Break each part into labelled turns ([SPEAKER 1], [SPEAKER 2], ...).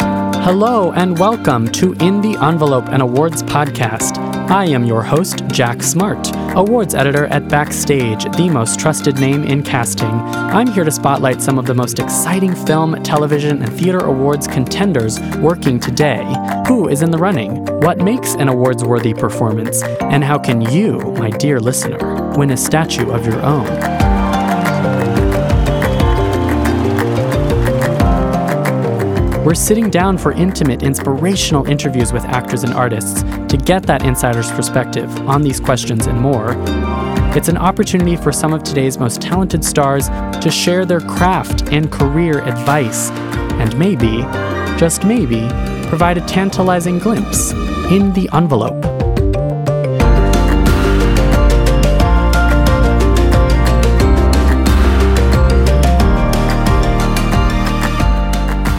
[SPEAKER 1] Hello and welcome to In the Envelope an Awards podcast. I am your host, Jack Smart, awards editor at Backstage, the most trusted name in casting. I'm here to spotlight some of the most exciting film, television, and theater awards contenders working today. Who is in the running? What makes an awards worthy performance? And how can you, my dear listener, win a statue of your own? We're sitting down for intimate, inspirational interviews with actors and artists to get that insider's perspective on these questions and more. It's an opportunity for some of today's most talented stars to share their craft and career advice, and maybe, just maybe, provide a tantalizing glimpse in the envelope.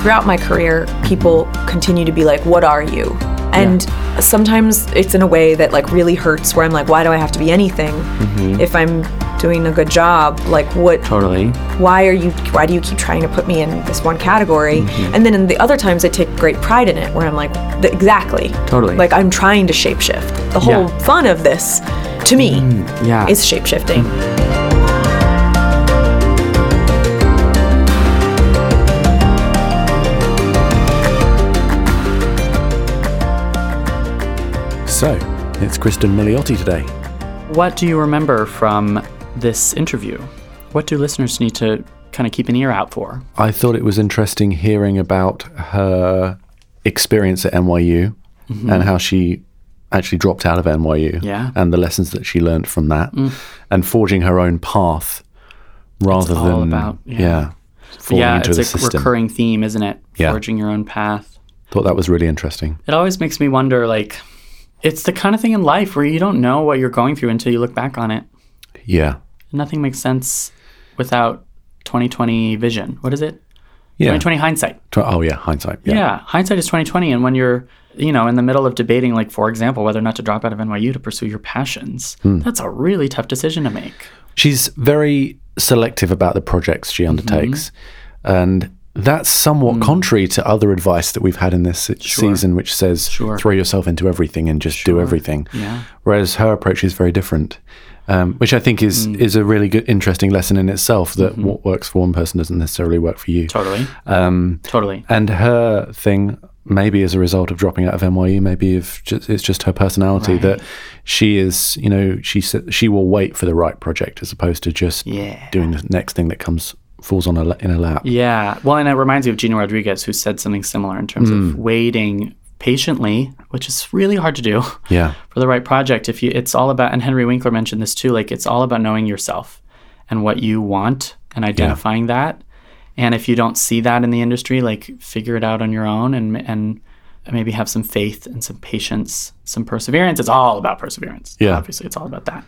[SPEAKER 2] throughout my career, people continue to be like, "What are you?" And sometimes it's in a way that like really hurts, where I'm like, "Why do I have to be anything if I'm doing a good job?" Like, what?
[SPEAKER 3] Mm-hmm. Totally.
[SPEAKER 2] Why are you? Why do you keep trying to put me in this one category?
[SPEAKER 3] Mm-hmm.
[SPEAKER 2] And then in the other times, I take great pride in it, where I'm like, "Th- "Exactly."
[SPEAKER 3] Totally.
[SPEAKER 2] Like I'm trying to shapeshift. The whole
[SPEAKER 3] Yeah. Mm.
[SPEAKER 2] fun of this, to me,
[SPEAKER 3] yeah.
[SPEAKER 2] is shapeshifting.
[SPEAKER 3] Mm-hmm.
[SPEAKER 4] So, it's Kristen Miliotti today.
[SPEAKER 1] What do you remember from this interview? What do listeners need to kind of keep an ear out for?
[SPEAKER 4] I thought it was interesting hearing about her experience at NYU and how she actually dropped out of NYU
[SPEAKER 1] Mm-hmm. Yeah. Mm.
[SPEAKER 4] and the lessons that she learned from that and forging her own path rather
[SPEAKER 1] all
[SPEAKER 4] than
[SPEAKER 1] about- yeah.
[SPEAKER 4] falling
[SPEAKER 1] yeah,
[SPEAKER 4] into
[SPEAKER 1] it's
[SPEAKER 4] the
[SPEAKER 1] a
[SPEAKER 4] system.
[SPEAKER 1] recurring theme, isn't it?
[SPEAKER 4] Yeah.
[SPEAKER 1] Forging your own path.
[SPEAKER 4] Thought that was really interesting.
[SPEAKER 1] It always makes me wonder like, it's the kind of thing in life where you don't know what you're going through until you look back on it.
[SPEAKER 4] Yeah.
[SPEAKER 1] Nothing makes sense without 2020 vision. What is it?
[SPEAKER 4] Yeah.
[SPEAKER 1] 2020 hindsight.
[SPEAKER 4] Tw- Oh yeah, hindsight.
[SPEAKER 1] Yeah.
[SPEAKER 4] Yeah.
[SPEAKER 1] hindsight is 2020 and when you're, you know, in the middle of debating like for example whether or not to drop out of NYU to pursue your passions,
[SPEAKER 4] Hmm.
[SPEAKER 1] that's a really tough decision to make.
[SPEAKER 4] She's very selective about the projects she undertakes, and that's somewhat contrary to other advice that we've had in this se- season, which says throw yourself into everything and just do everything.
[SPEAKER 1] Yeah.
[SPEAKER 4] Whereas her approach is very different, um, which I think is is a really good, interesting lesson in itself that what works for one person doesn't necessarily work for you.
[SPEAKER 1] Totally.
[SPEAKER 4] Um,
[SPEAKER 1] Totally.
[SPEAKER 4] and her thing, maybe as a result of dropping out of NYU, maybe if just, it's just her personality that she is, you know, she s- she will wait for the right project as opposed to just
[SPEAKER 1] Yeah.
[SPEAKER 4] doing the next thing that comes falls on her la- in her lap.
[SPEAKER 1] Yeah. Well, and it reminds me of Gina Rodriguez, who said something similar in terms of waiting patiently, which is really hard to do
[SPEAKER 4] Yeah,
[SPEAKER 1] for the right project. If you, it's all about, and Henry Winkler mentioned this too, like it's all about knowing yourself and what you want and identifying that. And if you don't see that in the industry, like figure it out on your own and and maybe have some faith and some patience, some perseverance. It's all about perseverance.
[SPEAKER 4] Yeah.
[SPEAKER 1] obviously, it's all about that.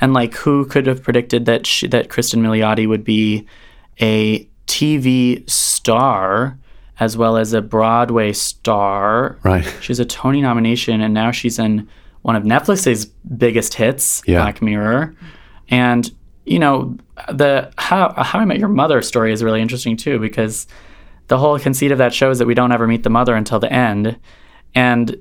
[SPEAKER 1] And like, who could have predicted that she, that Kristen Milioti would be a TV star as well as a Broadway star?
[SPEAKER 4] Right.
[SPEAKER 1] She's a Tony nomination, and now she's in one of Netflix's biggest hits,
[SPEAKER 4] Yeah.
[SPEAKER 1] Black Mirror. And you know, the how how I met your mother story is really interesting too because the whole conceit of that show is that we don't ever meet the mother until the end, and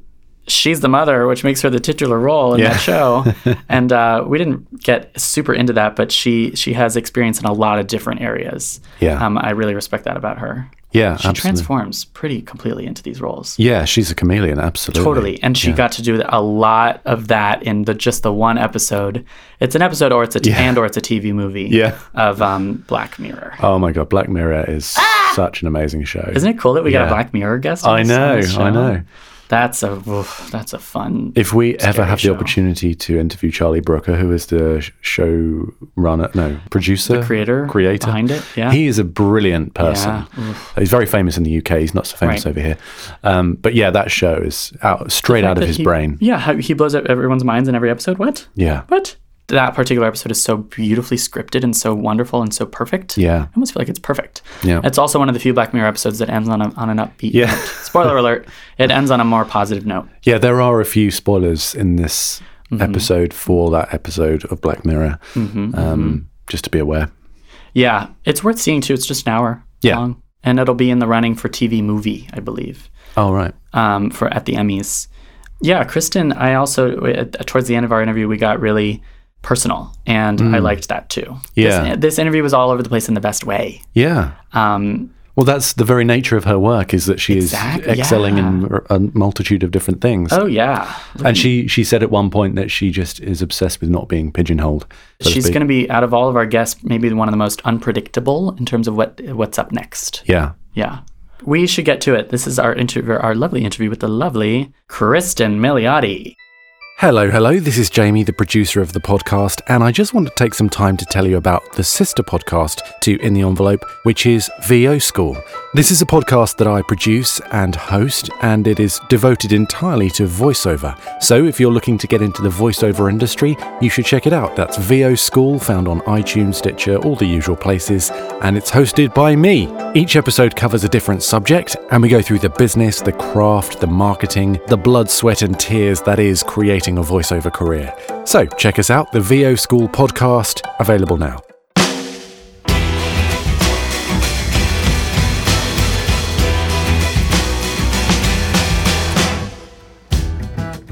[SPEAKER 1] she's the mother, which makes her the titular role in
[SPEAKER 4] Yeah.
[SPEAKER 1] that show. and uh, we didn't get super into that, but she she has experience in a lot of different areas.
[SPEAKER 4] Yeah.
[SPEAKER 1] um, I really respect that about her.
[SPEAKER 4] yeah,
[SPEAKER 1] She
[SPEAKER 4] absolutely.
[SPEAKER 1] transforms pretty completely into these roles.
[SPEAKER 4] yeah, she's a chameleon, absolutely.
[SPEAKER 1] Totally. And she got to do a lot of that in the just the one episode. It's an episode or it's a t- and or it's a TV movie
[SPEAKER 4] Yeah.
[SPEAKER 1] of um, Black Mirror.
[SPEAKER 4] Oh my god, Black Mirror is such an amazing show.
[SPEAKER 1] Ah! Isn't it cool that we got a
[SPEAKER 4] Yeah.
[SPEAKER 1] Black Mirror guest? on
[SPEAKER 4] I
[SPEAKER 1] this- on
[SPEAKER 4] know,
[SPEAKER 1] this
[SPEAKER 4] I
[SPEAKER 1] show?
[SPEAKER 4] know.
[SPEAKER 1] That's a oof, that's a fun.
[SPEAKER 4] If we ever have
[SPEAKER 1] show.
[SPEAKER 4] the opportunity to interview Charlie Brooker, who is the sh- show runner, no, producer,
[SPEAKER 1] creator
[SPEAKER 4] creator
[SPEAKER 1] behind it, yeah.
[SPEAKER 4] he is a brilliant person. He's very famous in the UK. He's not so famous
[SPEAKER 1] Right.
[SPEAKER 4] over here. Um, but yeah, that show is out straight out of
[SPEAKER 1] that
[SPEAKER 4] his
[SPEAKER 1] he-
[SPEAKER 4] brain.
[SPEAKER 1] Yeah, how he blows up everyone's minds in every episode. What?
[SPEAKER 4] Yeah,
[SPEAKER 1] What? That particular episode is so beautifully scripted and so wonderful and so perfect.
[SPEAKER 4] Yeah.
[SPEAKER 1] I almost feel like it's perfect.
[SPEAKER 4] Yeah.
[SPEAKER 1] It's also one of the few Black Mirror episodes that ends on, a, on an upbeat
[SPEAKER 4] Yeah.
[SPEAKER 1] note. Spoiler alert, it ends on a more positive note.
[SPEAKER 4] yeah. There are a few spoilers in this
[SPEAKER 1] Mm-hmm.
[SPEAKER 4] episode for that episode of Black Mirror.
[SPEAKER 1] mm-hmm.
[SPEAKER 4] um, Just to be aware.
[SPEAKER 1] Yeah, it's worth seeing too. It's just an hour
[SPEAKER 4] Yeah.
[SPEAKER 1] long. and it'll be in the running for TV movie, I believe,
[SPEAKER 4] Oh, right.
[SPEAKER 1] um, for at the Emmys. Yeah, Kristen. I also at- towards the end of our interview we got really personal, and I liked that too.
[SPEAKER 4] Mm. Yeah.
[SPEAKER 1] this, this interview was all over the place in the best way.
[SPEAKER 4] Yeah.
[SPEAKER 1] Um,
[SPEAKER 4] Well, that's the very nature of her work is that she
[SPEAKER 1] Exactly,
[SPEAKER 4] is excelling in
[SPEAKER 1] yeah.
[SPEAKER 4] r- a multitude of different things.
[SPEAKER 1] oh yeah,
[SPEAKER 4] And she, she said at one point that she just is obsessed with not being pigeonholed. so to
[SPEAKER 1] she's
[SPEAKER 4] speak.
[SPEAKER 1] going to be out of all of our guests, maybe one of the most unpredictable in terms of what what's up next.
[SPEAKER 4] Yeah.
[SPEAKER 1] Yeah. We should get to it. This is our interview, our lovely interview with the lovely Kristen Miliotti.
[SPEAKER 4] Hello, hello. This is Jamie, the producer of the podcast, and I just want to take some time to tell you about the sister podcast to In the Envelope, which is VO School. This is a podcast that I produce and host, and it is devoted entirely to voiceover. So if you're looking to get into the voiceover industry, you should check it out. That's VO School, found on iTunes, Stitcher, all the usual places, and it's hosted by me. Each episode covers a different subject, and we go through the business, the craft, the marketing, the blood, sweat, and tears that is creating a voiceover career. So check us out, the VO School podcast, available now.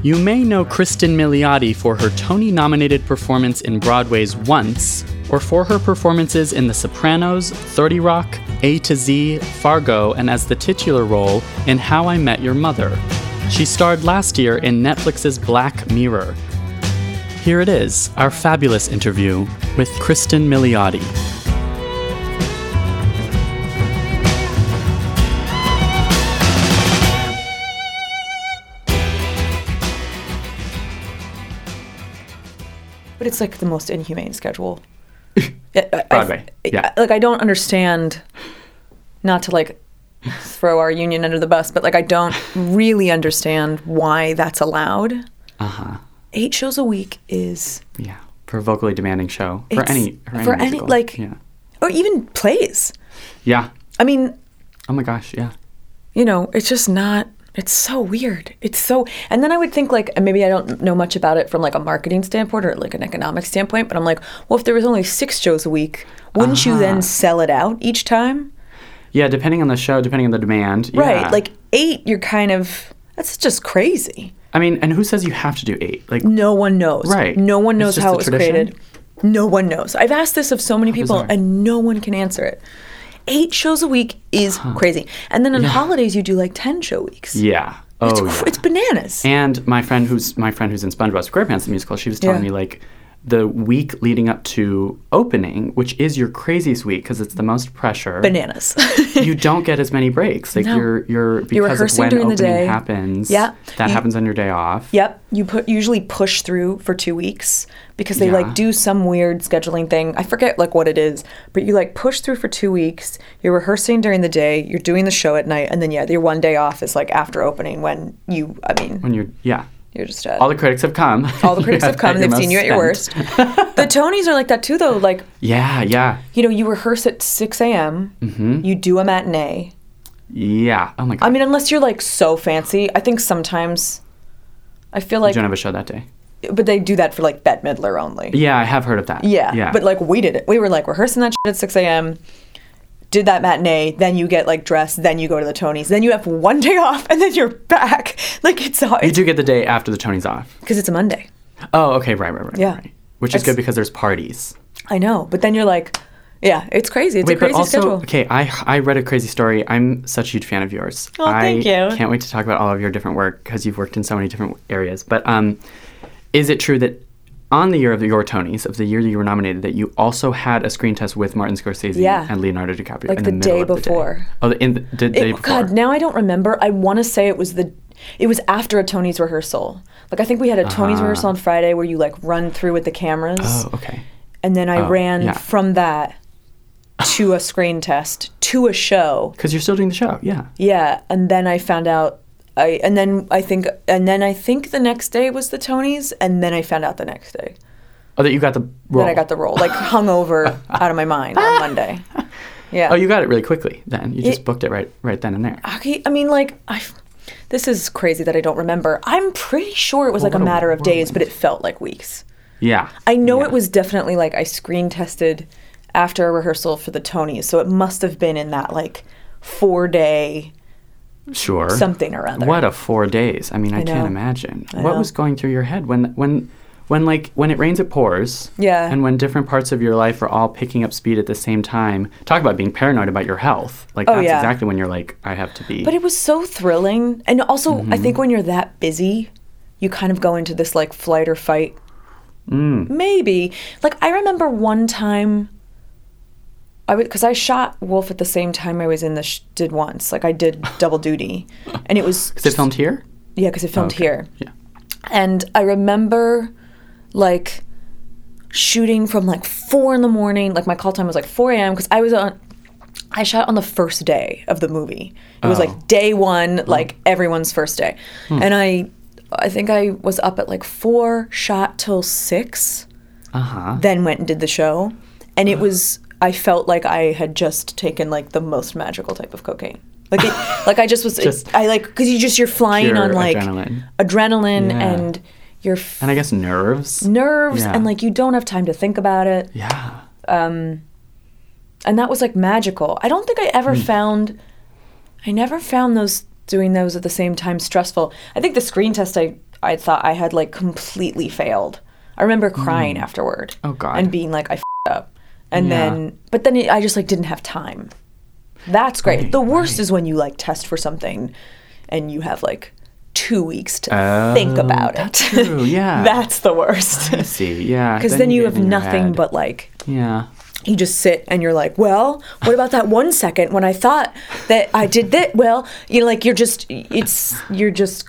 [SPEAKER 1] You may know Kristen Miliotti for her Tony nominated performance in Broadway's Once, or for her performances in The Sopranos, 30 Rock, A to Z, Fargo, and as the titular role in How I Met Your Mother. She starred last year in Netflix's Black Mirror. Here it is, our fabulous interview with Kristen Miliotti.
[SPEAKER 2] But it's like the most inhumane schedule.
[SPEAKER 1] Broadway, yeah.
[SPEAKER 2] Like I don't understand. Not to like throw our union under the bus, but like I don't really understand why that's allowed. Uh huh.
[SPEAKER 1] Uh-huh.
[SPEAKER 2] Eight shows a week is,
[SPEAKER 1] Yeah, for a vocally demanding show. For
[SPEAKER 2] It's-
[SPEAKER 1] any, for any,
[SPEAKER 2] for any,
[SPEAKER 1] musical.
[SPEAKER 2] like-
[SPEAKER 1] yeah.
[SPEAKER 2] or even plays.
[SPEAKER 1] yeah.
[SPEAKER 2] I mean,
[SPEAKER 1] Oh my gosh, yeah.
[SPEAKER 2] you know, it's just not. It's so weird. It's so, and then I would think like, and maybe I don't know much about it from like a marketing standpoint or like an economic standpoint, but I'm like, well, if there was only six shows a week, wouldn't
[SPEAKER 1] Uh-huh.
[SPEAKER 2] you then sell it out each time?
[SPEAKER 1] Yeah, depending on the show, depending on the demand. yeah.
[SPEAKER 2] Right. Like eight, you're kind of, that's just crazy.
[SPEAKER 1] I mean, and who says you have to do eight? Like,
[SPEAKER 2] No one knows.
[SPEAKER 1] Right.
[SPEAKER 2] No one
[SPEAKER 1] It's
[SPEAKER 2] knows
[SPEAKER 1] just
[SPEAKER 2] how
[SPEAKER 1] a
[SPEAKER 2] it was
[SPEAKER 1] tradition?
[SPEAKER 2] created. No one knows. I've asked this of so many people
[SPEAKER 1] bizarre.
[SPEAKER 2] and no one can answer it. Eight shows a week is crazy. And then on holidays, you do like 10 show weeks.
[SPEAKER 1] yeah. Oh,
[SPEAKER 2] It's,
[SPEAKER 1] yeah.
[SPEAKER 2] cr- it's bananas.
[SPEAKER 1] and my friend who's my friend who's in SpongeBob SquarePants the musical, she was telling
[SPEAKER 2] Yeah.
[SPEAKER 1] me like the week leading up to opening, which is your craziest week because it's the most pressure.
[SPEAKER 2] bananas.
[SPEAKER 1] you don't get as many breaks. Like
[SPEAKER 2] No.
[SPEAKER 1] you're you're because of
[SPEAKER 2] rehearsing
[SPEAKER 1] when
[SPEAKER 2] during the
[SPEAKER 1] opening
[SPEAKER 2] day.
[SPEAKER 1] happens.
[SPEAKER 2] Yeah.
[SPEAKER 1] That
[SPEAKER 2] You-
[SPEAKER 1] happens on your day off.
[SPEAKER 2] Yep, you put usually push through for two weeks because they
[SPEAKER 1] Yeah.
[SPEAKER 2] like do some weird scheduling thing. I forget like what it is, but you like push through for two weeks. You're rehearsing during the day, you're doing the show at night, and then yeah, your one day off is like after opening when you. I mean,
[SPEAKER 1] When you're yeah.
[SPEAKER 2] you're just at,
[SPEAKER 1] All the critics have come.
[SPEAKER 2] all the critics have come and they've seen you at your worst. the Tonys are like that too, though. Like
[SPEAKER 1] Yeah, yeah.
[SPEAKER 2] you know, you rehearse at six a.m.
[SPEAKER 1] Mm-hmm.
[SPEAKER 2] You do a matinee.
[SPEAKER 1] Yeah. Oh my god.
[SPEAKER 2] I mean, unless you're like so fancy, I think sometimes. I feel
[SPEAKER 1] you
[SPEAKER 2] like,
[SPEAKER 1] don't have a show that day.
[SPEAKER 2] but they do that for like Bette Midler only.
[SPEAKER 1] Yeah, I have heard of that.
[SPEAKER 2] Yeah.
[SPEAKER 1] Yeah.
[SPEAKER 2] But like we did it. We were like rehearsing that shit at 6 a.m. Did that matinee, then you get like dressed, then you go to the Tonys, then you have one day off, and then you're back. Like it's all
[SPEAKER 1] you do get the day after the Tonys off.
[SPEAKER 2] because it's a Monday.
[SPEAKER 1] Oh, okay, right, right, right.
[SPEAKER 2] Yeah.
[SPEAKER 1] right. Which is
[SPEAKER 2] It's-
[SPEAKER 1] good because there's parties.
[SPEAKER 2] I know, but then you're like, yeah, it's crazy. It's a crazy
[SPEAKER 1] but also,
[SPEAKER 2] schedule.
[SPEAKER 1] okay, I I read a crazy story. I'm such a huge fan of yours.
[SPEAKER 2] Oh, thank
[SPEAKER 1] I
[SPEAKER 2] you.
[SPEAKER 1] Can't wait to talk about all of your different work because you've worked in so many different areas. But um, is it true that on the year of your Tonys, of the year that you were nominated, that you also had a screen test with Martin Scorsese
[SPEAKER 2] Yeah.
[SPEAKER 1] and Leonardo DiCaprio
[SPEAKER 2] Like
[SPEAKER 1] in
[SPEAKER 2] the
[SPEAKER 1] middle
[SPEAKER 2] day
[SPEAKER 1] of the
[SPEAKER 2] before.
[SPEAKER 1] Oh, the, in the, the day
[SPEAKER 2] It-
[SPEAKER 1] before.
[SPEAKER 2] God, now I don't remember. I want to say it was the, it was after a Tony's rehearsal. Like I think we had a Tony's rehearsal on Friday where you like run through with the cameras,
[SPEAKER 1] Ah. Oh, okay.
[SPEAKER 2] and then I ran
[SPEAKER 1] yeah.
[SPEAKER 2] from that to a screen test to a show,
[SPEAKER 1] Because you're still doing the show, yeah.
[SPEAKER 2] Yeah, and then I found out. I and then I think and then I think the next day was the Tonys, and then I found out the next day
[SPEAKER 1] Oh, that you got the role.
[SPEAKER 2] that I got the role, like hungover out of my mind on Monday. Yeah.
[SPEAKER 1] Oh, you got it really quickly. Then you just
[SPEAKER 2] It-
[SPEAKER 1] booked it right, right then and there.
[SPEAKER 2] Okay, I mean, like I. This is crazy that I don't remember. I'm pretty sure it was like a
[SPEAKER 1] Oh, what a
[SPEAKER 2] matter of days, but it felt like weeks.
[SPEAKER 1] Yeah.
[SPEAKER 2] I know
[SPEAKER 1] Yeah.
[SPEAKER 2] it was definitely like I screen tested after a rehearsal for the Tonys, so it must have been in that like four day
[SPEAKER 1] Sure.
[SPEAKER 2] something or other.
[SPEAKER 1] What a four days. I mean, I,
[SPEAKER 2] I
[SPEAKER 1] can't
[SPEAKER 2] know.
[SPEAKER 1] imagine.
[SPEAKER 2] I
[SPEAKER 1] what
[SPEAKER 2] know.
[SPEAKER 1] was going through your head when when when like when it rains it pours.
[SPEAKER 2] Yeah.
[SPEAKER 1] And when different parts of your life are all picking up speed at the same time. Talk about being paranoid about your health. Like
[SPEAKER 2] Oh,
[SPEAKER 1] that's
[SPEAKER 2] yeah.
[SPEAKER 1] exactly when you're like, I have to be
[SPEAKER 2] But it was so thrilling. And also, I think
[SPEAKER 1] Mm-hmm.
[SPEAKER 2] when you're that busy, you kind of go into this like flight or fight.
[SPEAKER 1] Mm.
[SPEAKER 2] Maybe. Like, I remember one time. I was because I shot Wolf at the same time I was in the sh- did once like I did double duty, and it was
[SPEAKER 1] Is it filmed here?
[SPEAKER 2] yeah because it filmed
[SPEAKER 1] Okay.
[SPEAKER 2] here.
[SPEAKER 1] Yeah.
[SPEAKER 2] And I remember like shooting from like four in the morning. Like my call time was like 4 a.m. because I was on, I shot on the first day of the movie. It was
[SPEAKER 1] Oh. Hmm.
[SPEAKER 2] like day one, like everyone's first day. And I, I think I was up at like four, shot till six,
[SPEAKER 1] Uh-huh.
[SPEAKER 2] then went and did the show. And it was, I felt like I had just taken like the most magical type of cocaine. Like, it, like I just was,
[SPEAKER 1] Just
[SPEAKER 2] I like, cause you just, you're flying
[SPEAKER 1] pure
[SPEAKER 2] on like
[SPEAKER 1] adrenaline.
[SPEAKER 2] adrenaline
[SPEAKER 1] Yeah.
[SPEAKER 2] and you're f-
[SPEAKER 1] And I guess nerves.
[SPEAKER 2] nerves
[SPEAKER 1] Yeah.
[SPEAKER 2] and like you don't have time to think about it
[SPEAKER 1] yeah.
[SPEAKER 2] and that was like magical i don't think i ever
[SPEAKER 1] Hmm.
[SPEAKER 2] found i never found those doing those at the same time stressful i think the screen test i i thought i had like completely failed i remember crying afterward
[SPEAKER 1] Hmm. Oh, God.
[SPEAKER 2] and being like i f- up and
[SPEAKER 1] Yeah.
[SPEAKER 2] then but then it, i just like didn't have time that's great
[SPEAKER 1] Right,
[SPEAKER 2] the worst is when you like test for something and you have like two weeks to think
[SPEAKER 1] Oh,
[SPEAKER 2] about
[SPEAKER 1] that's
[SPEAKER 2] it
[SPEAKER 1] true, yeah.
[SPEAKER 2] that's the worst
[SPEAKER 1] I see. Yeah.
[SPEAKER 2] because then, you
[SPEAKER 1] get
[SPEAKER 2] have
[SPEAKER 1] in your
[SPEAKER 2] nothing
[SPEAKER 1] head.
[SPEAKER 2] but like
[SPEAKER 1] Yeah.
[SPEAKER 2] you just sit and you're like well what about that one second when i thought that i did that well you know like you're just it's you're just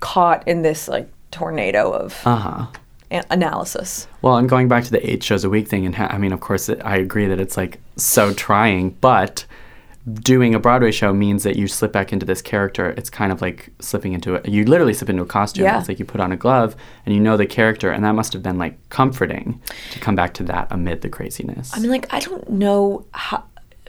[SPEAKER 2] caught in this like tornado of
[SPEAKER 1] Uh-huh.
[SPEAKER 2] a- analysis
[SPEAKER 1] Well, and going back to the eight shows a week thing, and ha- I mean, of course, it, I agree that it's like so trying, but doing a Broadway show means that you slip back into this character. It's kind of like slipping into it. You literally slip into a costume.
[SPEAKER 2] Yeah.
[SPEAKER 1] It's like you put on a glove and you know the character, and that must have been like comforting to come back to that amid the craziness.
[SPEAKER 2] i mean like i don't know how,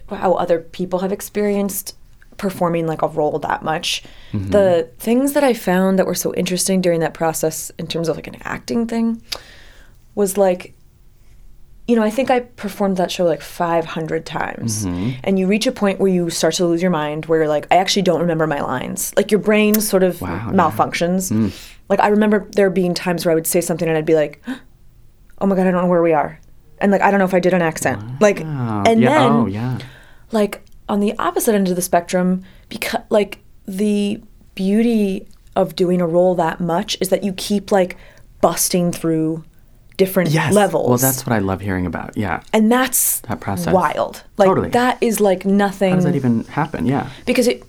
[SPEAKER 2] how other people have experienced performing like a role that much
[SPEAKER 1] Mm-hmm.
[SPEAKER 2] the things that i found that were so interesting during that process in terms of like an acting thing was like you know, I think I performed that show like 500 times.
[SPEAKER 1] Mm-hmm.
[SPEAKER 2] And you reach a point where you start to lose your mind, where you're like, I actually don't remember my lines. Like your brain sort of
[SPEAKER 1] Wow, yeah. Mm.
[SPEAKER 2] malfunctions. Like I remember there being times where I would say something and I'd be like, oh my God, I don't know where we are. And like, I don't know if I did an accent. Like,
[SPEAKER 1] Oh,
[SPEAKER 2] and
[SPEAKER 1] yeah,
[SPEAKER 2] then
[SPEAKER 1] oh yeah,
[SPEAKER 2] like on the opposite end of the spectrum because like the beauty of doing a role that much is that you keep like busting through different
[SPEAKER 1] yes.
[SPEAKER 2] levels
[SPEAKER 1] Well, that's what I love hearing about. Yeah,
[SPEAKER 2] and that's
[SPEAKER 1] That process.
[SPEAKER 2] wild like
[SPEAKER 1] Totally.
[SPEAKER 2] that is like nothing
[SPEAKER 1] how does that even happen? Yeah,
[SPEAKER 2] because it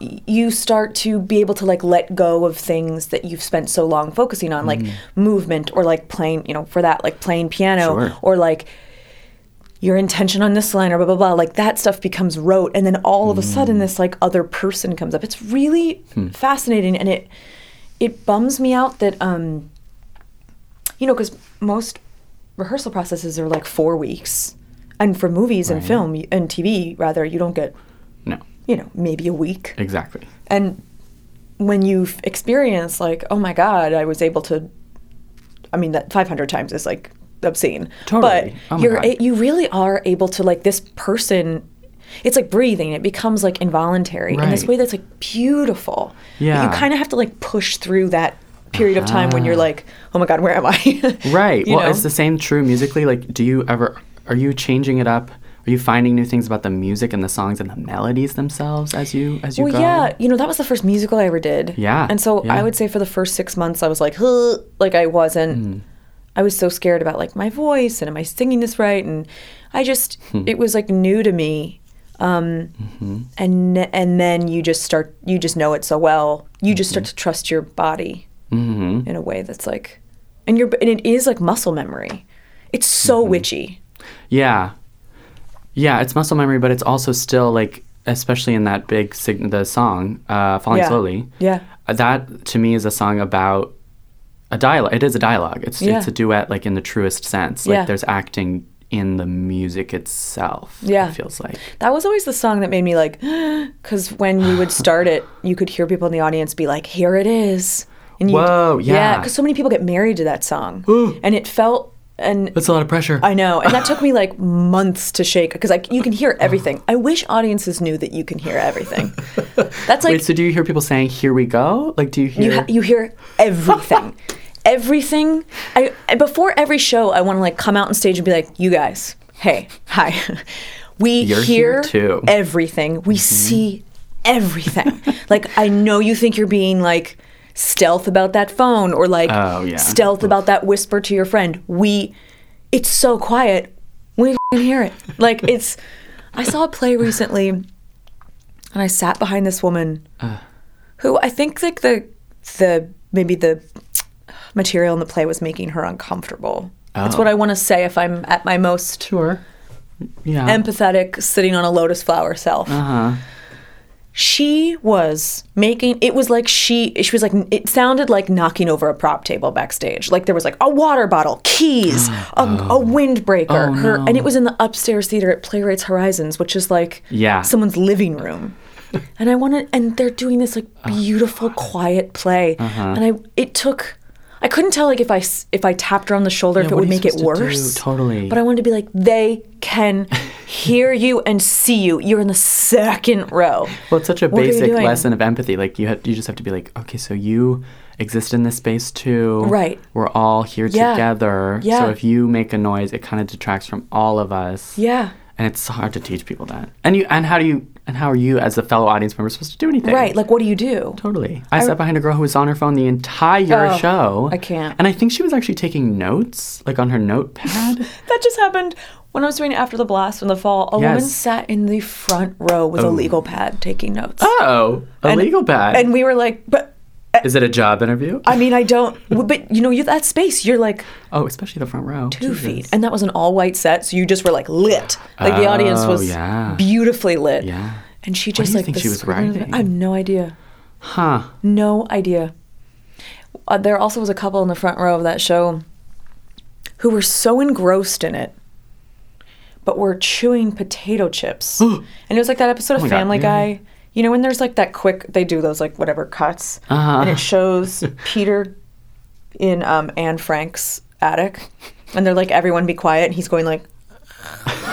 [SPEAKER 2] y- you start to be able to like let go of things that you've spent so long focusing on like movement or like playing you know for that like playing piano
[SPEAKER 1] Sure.
[SPEAKER 2] or like your intention on this line or blah blah blah like that stuff becomes rote and then all of a sudden this like other person comes up it's really fascinating and it it bums me out that um you know because most rehearsal processes are like four weeks and for movies and film y- and tv rather you don't get
[SPEAKER 1] no,
[SPEAKER 2] you know, maybe a week.
[SPEAKER 1] exactly.
[SPEAKER 2] And when you've experienced, like, oh my God, I was able to, I mean, that 500 times is like obscene.
[SPEAKER 1] Totally. Oh
[SPEAKER 2] But
[SPEAKER 1] my
[SPEAKER 2] you're,
[SPEAKER 1] God.
[SPEAKER 2] you really are able to, like, this person, it's like breathing. It becomes like involuntary in this
[SPEAKER 1] Right.
[SPEAKER 2] way that's like beautiful. But
[SPEAKER 1] Yeah. Ah.
[SPEAKER 2] you kind of have to, like, push through that period of time when you're like, oh my God, where am I?
[SPEAKER 1] Right.
[SPEAKER 2] You
[SPEAKER 1] well,
[SPEAKER 2] know?
[SPEAKER 1] it's the same true musically. Like, do you ever are you changing it up? Are you finding new things about the music and the songs and the melodies themselves as you as you
[SPEAKER 2] Well,
[SPEAKER 1] go?
[SPEAKER 2] yeah, you know that was the first musical I ever did.
[SPEAKER 1] Yeah,
[SPEAKER 2] and so
[SPEAKER 1] yeah.
[SPEAKER 2] I would say for the first six months I was like, "Huh," like I wasn't.
[SPEAKER 1] Hmm.
[SPEAKER 2] I was so scared about like my voice and am I singing this right? And I just
[SPEAKER 1] Hmm.
[SPEAKER 2] it was like new to me. Um,
[SPEAKER 1] Mm-hmm.
[SPEAKER 2] And and then you just start you just know it so well you just start
[SPEAKER 1] Mm-hmm.
[SPEAKER 2] to trust your body in a way that's like, and your and it is like muscle memory. It's so
[SPEAKER 1] Mm-hmm.
[SPEAKER 2] witchy.
[SPEAKER 1] Yeah. Yeah, it's muscle memory, but it's also still like, especially in that big sig- the song, uh, "Falling
[SPEAKER 2] Yeah.
[SPEAKER 1] Slowly."
[SPEAKER 2] Yeah.
[SPEAKER 1] Uh, That to me is a song about a dialogue. It is a dialogue. It's
[SPEAKER 2] Yeah.
[SPEAKER 1] it's a duet, like in the truest sense. Like
[SPEAKER 2] Yeah.
[SPEAKER 1] there's acting in the music itself.
[SPEAKER 2] Yeah.
[SPEAKER 1] it feels like.
[SPEAKER 2] That was always the song that made me like, because when we would start it, you could hear people in the audience be like, "Here it is." And you'd-
[SPEAKER 1] Whoa, yeah.
[SPEAKER 2] because so many people get married to that song, and it felt and
[SPEAKER 1] That's a lot of pressure.
[SPEAKER 2] I know, and that took me like months to shake because like you can hear everything. I wish audiences knew that you can hear everything. That's like
[SPEAKER 1] Wait, so do you hear people saying "Here we go"? Like, do you hear?
[SPEAKER 2] you ha- you hear everything, everything. I I- before every show, I want to like come out on stage and be like, "You guys, hey, hi, we
[SPEAKER 1] You're
[SPEAKER 2] hear
[SPEAKER 1] here too."
[SPEAKER 2] everything.
[SPEAKER 1] Mm-hmm.
[SPEAKER 2] We see everything. like I know you think you're being like stealth about that phone or like
[SPEAKER 1] Oh, yeah.
[SPEAKER 2] stealth about that whisper to your friend. We, it's so quiet. We can hear it. Like it's. I saw a play recently, and I sat behind this woman,
[SPEAKER 1] Uh.
[SPEAKER 2] who I think like the the maybe the material in the play was making her uncomfortable.
[SPEAKER 1] Oh.
[SPEAKER 2] That's what I want to say if I'm at my most
[SPEAKER 1] sure. Yeah.
[SPEAKER 2] empathetic sitting on a lotus flower self.
[SPEAKER 1] Uh-huh.
[SPEAKER 2] She was making it was like she she was like it sounded like knocking over a prop table backstage. Like there was like a water bottle, keys, a,
[SPEAKER 1] Oh.
[SPEAKER 2] a windbreaker, her and it was in the upstairs theater at Playwrights Horizons, which is like
[SPEAKER 1] Yeah.
[SPEAKER 2] someone's living room. And I want to and they're doing this like
[SPEAKER 1] Oh.
[SPEAKER 2] beautiful quiet play
[SPEAKER 1] Uh-huh.
[SPEAKER 2] and I it took I couldn't tell like if I s- if I tapped her on the shoulder if it
[SPEAKER 1] what
[SPEAKER 2] would
[SPEAKER 1] are you
[SPEAKER 2] make it
[SPEAKER 1] supposed to do?
[SPEAKER 2] worse.
[SPEAKER 1] Totally.
[SPEAKER 2] But I wanted to be like, they can hear you and see you. You're in the second row.
[SPEAKER 1] Well, it's such a
[SPEAKER 2] What are you
[SPEAKER 1] basic
[SPEAKER 2] doing?
[SPEAKER 1] lesson of empathy. Like you have, you just have to be like, okay, so you exist in this space too.
[SPEAKER 2] Right.
[SPEAKER 1] We're all here
[SPEAKER 2] Yeah.
[SPEAKER 1] together.
[SPEAKER 2] Yeah.
[SPEAKER 1] So if you make a noise, it kind of detracts from all of us.
[SPEAKER 2] Yeah.
[SPEAKER 1] And it's hard to teach people that. And you, and how do you, and how are you as a fellow audience member supposed to do anything?
[SPEAKER 2] Right. Like, what do you do?
[SPEAKER 1] Totally. I, sat behind a girl who was on her phone the entire
[SPEAKER 2] Oh,
[SPEAKER 1] show.
[SPEAKER 2] I can't.
[SPEAKER 1] And I think she was actually taking notes, like on her notepad.
[SPEAKER 2] That just happened when I was doing After the Blast in the fall. A woman
[SPEAKER 1] Yes.
[SPEAKER 2] sat in the front row with a legal pad taking notes.
[SPEAKER 1] oh, a legal bag.
[SPEAKER 2] And we were like, but
[SPEAKER 1] Is it a job interview?
[SPEAKER 2] I mean, I don't, but you know, you that space, you're like
[SPEAKER 1] oh, especially the front row.
[SPEAKER 2] two feet. And that was an all white set. So you just were like lit. Like the audience
[SPEAKER 1] Oh,
[SPEAKER 2] was
[SPEAKER 1] yeah.
[SPEAKER 2] beautifully lit.
[SPEAKER 1] Yeah.
[SPEAKER 2] And she just
[SPEAKER 1] you
[SPEAKER 2] like
[SPEAKER 1] think
[SPEAKER 2] the
[SPEAKER 1] she was
[SPEAKER 2] screen-
[SPEAKER 1] writing?
[SPEAKER 2] I have no idea.
[SPEAKER 1] Huh.
[SPEAKER 2] No idea. Uh, there also was a couple in the front row of that show who were so engrossed in it, but were chewing potato chips. and it was like that episode of
[SPEAKER 1] Oh my God,
[SPEAKER 2] Family Guy.
[SPEAKER 1] really?
[SPEAKER 2] You know, when there's like that quick, they do those like whatever cuts,
[SPEAKER 1] Uh-huh.
[SPEAKER 2] and it shows Peter in um, Anne Frank's attic, and they're like, everyone be quiet, and he's going like,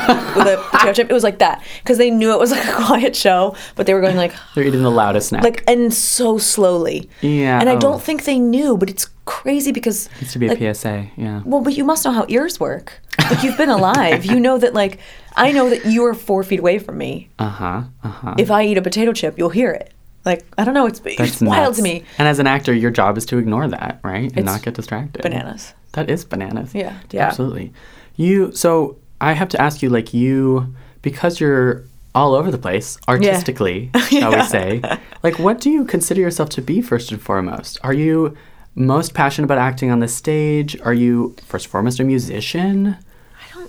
[SPEAKER 2] with a potato chip. It was like that because they knew it was like a quiet show, but they were going like,
[SPEAKER 1] They're eating the loudest snack.
[SPEAKER 2] like and so slowly.
[SPEAKER 1] Yeah,
[SPEAKER 2] And I
[SPEAKER 1] oh.
[SPEAKER 2] don't think they knew, but it's crazy because
[SPEAKER 1] Needs to be a
[SPEAKER 2] like,
[SPEAKER 1] PSA. Yeah.
[SPEAKER 2] Well, but you must know how ears work. Like you've been alive, you know that. Like I know that you are four feet away from me.
[SPEAKER 1] Uh huh. Uh huh.
[SPEAKER 2] If I eat a potato chip, you'll hear it. Like I don't know. It's it's wild to me.
[SPEAKER 1] And as an actor, your job is to ignore that, right, and
[SPEAKER 2] It's
[SPEAKER 1] not get distracted.
[SPEAKER 2] Bananas.
[SPEAKER 1] That is bananas.
[SPEAKER 2] Yeah. Yeah.
[SPEAKER 1] Absolutely. You. So I have to ask you, like you, because you're all over the place artistically, shall we say? Like, what do you consider yourself to be first and foremost? Are you most passionate about acting on the stage? Are you first and foremost a musician?
[SPEAKER 2] I
[SPEAKER 1] Do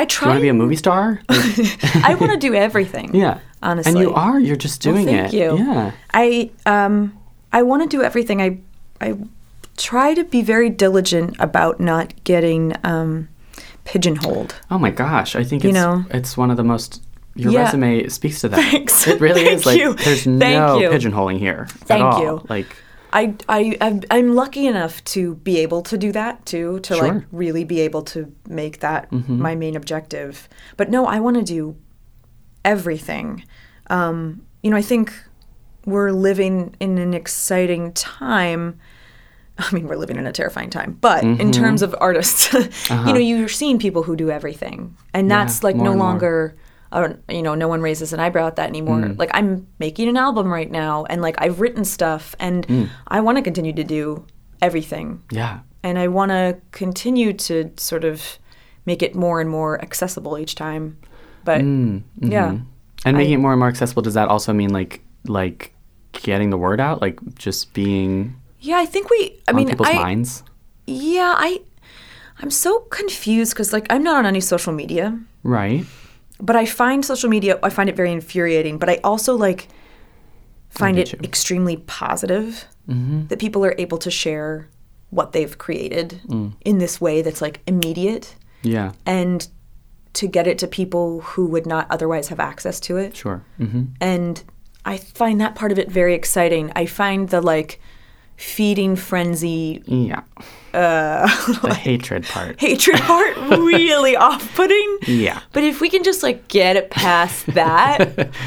[SPEAKER 1] you
[SPEAKER 2] try.
[SPEAKER 1] want to be a movie star? Like,
[SPEAKER 2] I want to do everything.
[SPEAKER 1] yeah.
[SPEAKER 2] Honestly.
[SPEAKER 1] And you are. You're just doing
[SPEAKER 2] well, thank
[SPEAKER 1] it.
[SPEAKER 2] you.
[SPEAKER 1] Yeah.
[SPEAKER 2] I um I want to do everything. I I try to be very diligent about not getting um pigeonholed.
[SPEAKER 1] Oh my gosh, I think it's
[SPEAKER 2] You know?
[SPEAKER 1] it's one of the most your
[SPEAKER 2] Yeah.
[SPEAKER 1] resume speaks to that.
[SPEAKER 2] Thanks.
[SPEAKER 1] It really
[SPEAKER 2] Thank
[SPEAKER 1] is like
[SPEAKER 2] you.
[SPEAKER 1] there's
[SPEAKER 2] Thank
[SPEAKER 1] no
[SPEAKER 2] you.
[SPEAKER 1] pigeonholing here.
[SPEAKER 2] Thank
[SPEAKER 1] at all.
[SPEAKER 2] you.
[SPEAKER 1] Like
[SPEAKER 2] I, I I'm- I'm lucky enough to be able to do that too to like
[SPEAKER 1] Sure.
[SPEAKER 2] really be able to make that my main objective. But no, I want to do everything. Um, you know, I think we're living in an exciting time. I mean, we're living in a terrifying time, but
[SPEAKER 1] Mm-hmm.
[SPEAKER 2] in terms of artists, you know, you're seeing people who do everything, and that's like
[SPEAKER 1] Uh-huh. more and
[SPEAKER 2] no
[SPEAKER 1] more.
[SPEAKER 2] longer. I don't, you know, no one raises an eyebrow at that anymore.
[SPEAKER 1] Mm.
[SPEAKER 2] Like I'm making an album right now, and like I've written stuff, and
[SPEAKER 1] Mm.
[SPEAKER 2] I want to continue to do everything,
[SPEAKER 1] yeah.
[SPEAKER 2] and I want to continue to sort of make it more and more accessible each time. But
[SPEAKER 1] Mm,
[SPEAKER 2] yeah,
[SPEAKER 1] mm-hmm. And making it more and more accessible, does that also mean like like getting the word out? Like just being
[SPEAKER 2] yeah, I think we. I
[SPEAKER 1] on
[SPEAKER 2] mean,
[SPEAKER 1] people's
[SPEAKER 2] I,
[SPEAKER 1] minds?
[SPEAKER 2] yeah, I, I'm so confused because like I'm not on any social media.
[SPEAKER 1] Right.
[SPEAKER 2] but I find social media I find it very infuriating, but I also like find it extremely positive
[SPEAKER 1] Mm-hmm.
[SPEAKER 2] that people are able to share what they've created
[SPEAKER 1] Mm.
[SPEAKER 2] in this way that's like immediate
[SPEAKER 1] Yeah.
[SPEAKER 2] and to get it to people who would not otherwise have access to it
[SPEAKER 1] Sure. hmm
[SPEAKER 2] and I find that part of it very exciting. I find the like feeding frenzy
[SPEAKER 1] Yeah.
[SPEAKER 2] uh,
[SPEAKER 1] The hatred part.
[SPEAKER 2] hatred part really off-putting
[SPEAKER 1] Yeah.
[SPEAKER 2] but if we can just like get it past that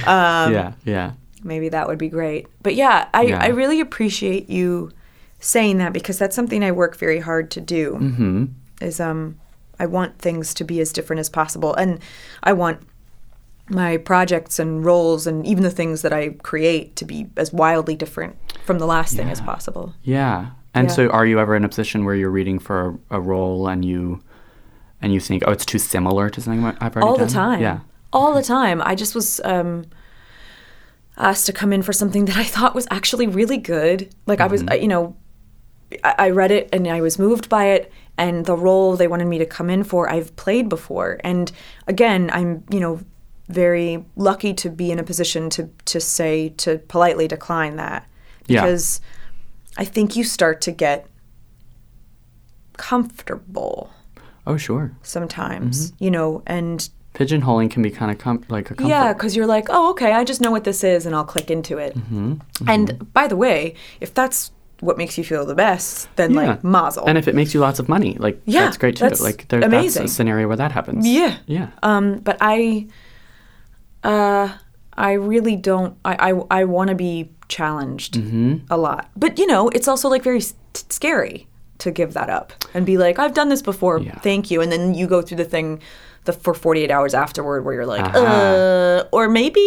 [SPEAKER 2] Um,
[SPEAKER 1] yeah. Yeah.
[SPEAKER 2] maybe that would be great but yeah I,
[SPEAKER 1] Yeah.
[SPEAKER 2] I really appreciate you saying that because that's something i work very hard to do mm-hmm. is um i want things to be as different as possible and i want my projects and roles and even the things that i create to be as wildly different from the last thing as possible
[SPEAKER 1] Yeah. And
[SPEAKER 2] Yeah.
[SPEAKER 1] so are you ever in a position where you're reading for a, a role and you and you think, oh, it's too similar to something I've already
[SPEAKER 2] all the
[SPEAKER 1] done?
[SPEAKER 2] time.
[SPEAKER 1] Yeah.
[SPEAKER 2] All the time. I just was um, asked to come in for something that I thought was actually really good. Like I was,
[SPEAKER 1] Mm-hmm.
[SPEAKER 2] I, you know, I, I read it and I was moved by it. And the role they wanted me to come in for, I've played before. And again, I'm, you know, very lucky to be in a position to to say to politely decline that
[SPEAKER 1] Yeah.
[SPEAKER 2] because I think you start to get comfortable
[SPEAKER 1] Oh, sure.
[SPEAKER 2] sometimes,
[SPEAKER 1] Mm-hmm.
[SPEAKER 2] you know, and
[SPEAKER 1] Pigeonholing can be kind of com- like a comfort.
[SPEAKER 2] yeah, because you're like, oh, okay, I just know what this is, and I'll click into it.
[SPEAKER 1] Mm-hmm,
[SPEAKER 2] And by the way, if that's what makes you feel the best, then like mazel.
[SPEAKER 1] And if it makes you lots of money, like
[SPEAKER 2] Yeah,
[SPEAKER 1] that's great too.
[SPEAKER 2] that's
[SPEAKER 1] like there,
[SPEAKER 2] amazing.
[SPEAKER 1] that's a scenario where that happens.
[SPEAKER 2] Yeah.
[SPEAKER 1] Yeah.
[SPEAKER 2] um, but I, uh, I really don't. I I, I want to be challenged
[SPEAKER 1] Mm-hmm.
[SPEAKER 2] a lot, but you know, it's also like very s- t- scary to give that up and be like, I've done this before.
[SPEAKER 1] Yeah.
[SPEAKER 2] Thank you. And then you go through the thing. The, for 48 hours afterward where you're like
[SPEAKER 1] Aha.
[SPEAKER 2] uh or maybe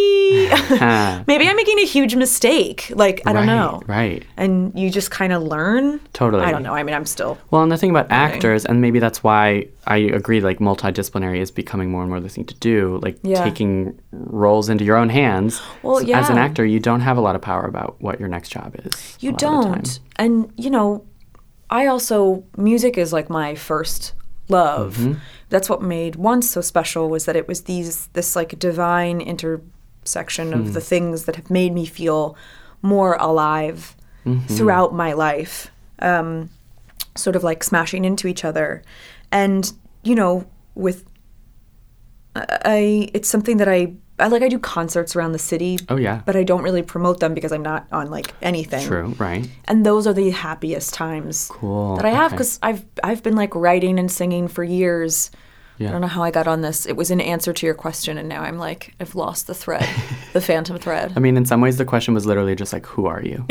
[SPEAKER 1] Ah,
[SPEAKER 2] maybe I'm making a huge mistake. Like, I don't
[SPEAKER 1] right,
[SPEAKER 2] know.
[SPEAKER 1] Right.
[SPEAKER 2] And you just kind of learn.
[SPEAKER 1] Totally.
[SPEAKER 2] I don't know. I mean, I'm still.
[SPEAKER 1] Well, and the thing about actors, and maybe that's why I agree, like multidisciplinary is becoming more and more the thing to do, like
[SPEAKER 2] Yeah.
[SPEAKER 1] taking roles into your own hands.
[SPEAKER 2] Well,
[SPEAKER 1] S- As an
[SPEAKER 2] yeah.
[SPEAKER 1] actor, you don't have a lot of power about what your next job is. a
[SPEAKER 2] You
[SPEAKER 1] lot of the time.
[SPEAKER 2] don't. And, you know, I also. Music is like my first love.
[SPEAKER 1] Mm-hmm.
[SPEAKER 2] That's what made Once so special was that it was these this like divine intersection
[SPEAKER 1] Hmm.
[SPEAKER 2] of the things that have made me feel more alive
[SPEAKER 1] Mm-hmm.
[SPEAKER 2] throughout my life. Um, sort of like smashing into each other and you know with i it's something that i i like i do concerts around the city
[SPEAKER 1] Oh, yeah.
[SPEAKER 2] but i don't really promote them because i'm not on like anything
[SPEAKER 1] True, right?
[SPEAKER 2] and those are the happiest times
[SPEAKER 1] Cool,
[SPEAKER 2] that i have
[SPEAKER 1] okay.
[SPEAKER 2] because i've i've been like writing and singing for years
[SPEAKER 1] Yeah.
[SPEAKER 2] I don't know how I got on this. It was an answer to your question, and now I'm like, I've lost the thread, the phantom thread.
[SPEAKER 1] I mean, in some ways, the question was literally just like, who are you?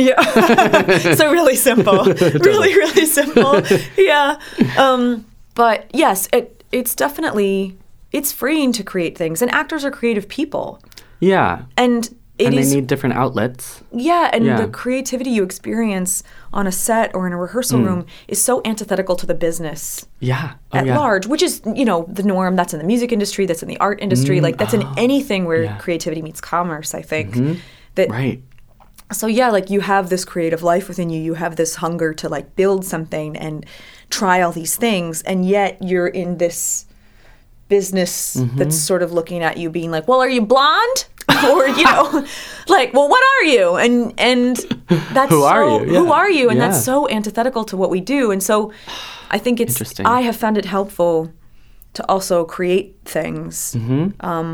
[SPEAKER 2] so really simple really really simple yeah um, but yes it it's definitely it's freeing to create things and actors are creative people
[SPEAKER 1] Yeah.
[SPEAKER 2] and it
[SPEAKER 1] and
[SPEAKER 2] is
[SPEAKER 1] they need different outlets.
[SPEAKER 2] yeah and
[SPEAKER 1] Yeah.
[SPEAKER 2] the creativity you experience on a set or in a rehearsal
[SPEAKER 1] Hmm.
[SPEAKER 2] room is so antithetical to the business
[SPEAKER 1] Yeah. Oh,
[SPEAKER 2] at
[SPEAKER 1] yeah.
[SPEAKER 2] large which is you know the norm that's in the music industry that's in the art industry
[SPEAKER 1] Mm.
[SPEAKER 2] like that's
[SPEAKER 1] Ah.
[SPEAKER 2] in anything where creativity meets commerce i think
[SPEAKER 1] Mm-hmm.
[SPEAKER 2] that
[SPEAKER 1] Right.
[SPEAKER 2] so yeah like you have this creative life within you you have this hunger to like build something and try all these things and yet you're in this business
[SPEAKER 1] Mm-hmm.
[SPEAKER 2] that's sort of looking at you being like well are you blonde or you know like well what are you and and that's
[SPEAKER 1] Who are
[SPEAKER 2] so-
[SPEAKER 1] you?
[SPEAKER 2] who
[SPEAKER 1] Yeah.
[SPEAKER 2] are you and that's
[SPEAKER 1] Yeah.
[SPEAKER 2] so antithetical to what we do and so i think it's
[SPEAKER 1] Interesting.
[SPEAKER 2] i have found it helpful to also create things
[SPEAKER 1] Mm-hmm.
[SPEAKER 2] um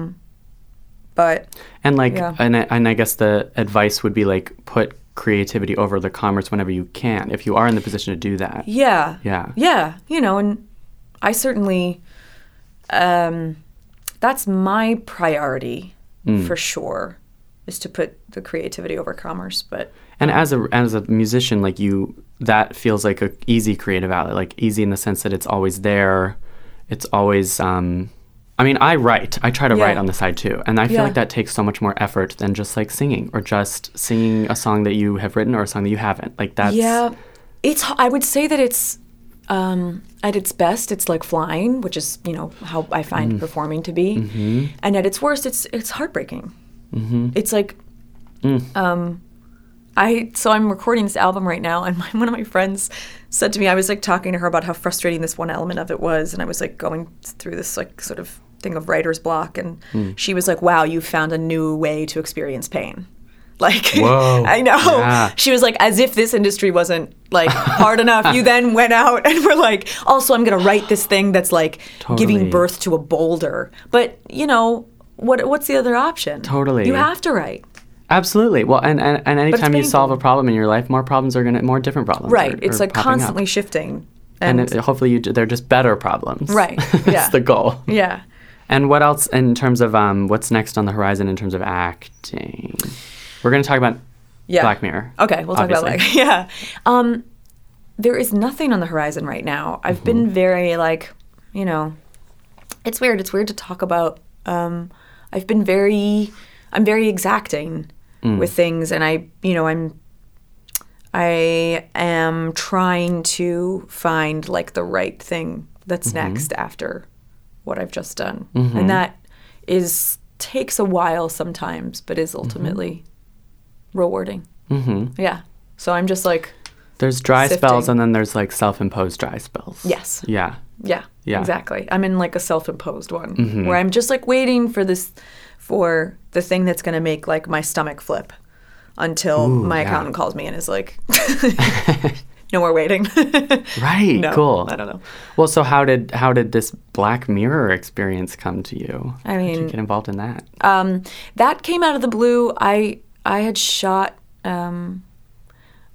[SPEAKER 2] but
[SPEAKER 1] And like,
[SPEAKER 2] Yeah.
[SPEAKER 1] and I- and I guess the advice would be like, put creativity over the commerce whenever you can, if you are in the position to do that.
[SPEAKER 2] Yeah.
[SPEAKER 1] Yeah.
[SPEAKER 2] Yeah. You know, and I certainly, um, that's my priority for sure, is to put the creativity over commerce. But
[SPEAKER 1] And as a as a musician, like you, that feels like a easy creative outlet. Like easy in the sense that it's always there. It's always. Um, I mean, I write. I try to
[SPEAKER 2] Yeah.
[SPEAKER 1] write on the side too, and I feel
[SPEAKER 2] Yeah.
[SPEAKER 1] like that takes so much more effort than just like singing or just singing a song that you have written or a song that you haven't. Like that's.
[SPEAKER 2] yeah, it's, h- I would say that it's, um, at its best, it's like flying, which is, you know, how I find
[SPEAKER 1] Mm.
[SPEAKER 2] performing to be.
[SPEAKER 1] Mm-hmm.
[SPEAKER 2] And at its worst, it's, it's heartbreaking. It's like,
[SPEAKER 1] Mm.
[SPEAKER 2] um, I so I'm recording this album right now, and my, one of my friends said to me, I was like talking to her about how frustrating this one element of it was, and I was like going through this like sort of thing of writer's block, and
[SPEAKER 1] Mm.
[SPEAKER 2] she was like, "Wow, you found a new way to experience pain." Like,
[SPEAKER 1] Whoa.
[SPEAKER 2] I know.
[SPEAKER 1] Yeah.
[SPEAKER 2] She was like, as if this industry wasn't like hard enough. You then went out and were like, also, I'm going to write this thing that's like giving
[SPEAKER 1] Totally.
[SPEAKER 2] birth to a boulder. But you know, what? What's the other option?
[SPEAKER 1] Totally.
[SPEAKER 2] You have to write.
[SPEAKER 1] Absolutely. Well, and, and, and anytime you
[SPEAKER 2] painful.
[SPEAKER 1] solve a problem in your life, more problems are going to, more different problems.
[SPEAKER 2] Right.
[SPEAKER 1] are-
[SPEAKER 2] it's
[SPEAKER 1] are
[SPEAKER 2] like
[SPEAKER 1] popping up.
[SPEAKER 2] constantly shifting.
[SPEAKER 1] And,
[SPEAKER 2] And,
[SPEAKER 1] it- hopefully you, d- they're just better problems.
[SPEAKER 2] Right,
[SPEAKER 1] That's
[SPEAKER 2] yeah.
[SPEAKER 1] the goal.
[SPEAKER 2] yeah.
[SPEAKER 1] And what else in terms of um, what's next on the horizon in terms of acting? We're going to talk about
[SPEAKER 2] Yeah.
[SPEAKER 1] Black Mirror.
[SPEAKER 2] Okay, we'll talk about
[SPEAKER 1] obviously.
[SPEAKER 2] like yeah. Um, there is nothing on the horizon right now. I've been very like, you know, it's weird. It's weird to talk about. Um, I've been very, I'm very exacting with things, and I, you know, I'm, I am trying to find like the right thing that's next after what I've just done, and that is takes a while sometimes, but is ultimately rewarding. Yeah. So I'm just like,
[SPEAKER 1] There's dry spells
[SPEAKER 2] Sifting.
[SPEAKER 1] and then there's like self imposed dry spells.
[SPEAKER 2] yes.
[SPEAKER 1] Yeah.
[SPEAKER 2] Yeah.
[SPEAKER 1] Yeah. Mm-hmm.
[SPEAKER 2] Exactly. I'm in like a self-imposed one where I'm just like waiting for this for the thing that's going to make like my stomach flip until my
[SPEAKER 1] yeah.
[SPEAKER 2] accountant calls me and is like no more waiting.
[SPEAKER 1] Right.
[SPEAKER 2] No,
[SPEAKER 1] cool.
[SPEAKER 2] I don't know.
[SPEAKER 1] Well, so how did how did this Black Mirror experience come to you?
[SPEAKER 2] I
[SPEAKER 1] How did you
[SPEAKER 2] mean-
[SPEAKER 1] get involved in that.
[SPEAKER 2] um, that came out of the blue. I I had shot. Um,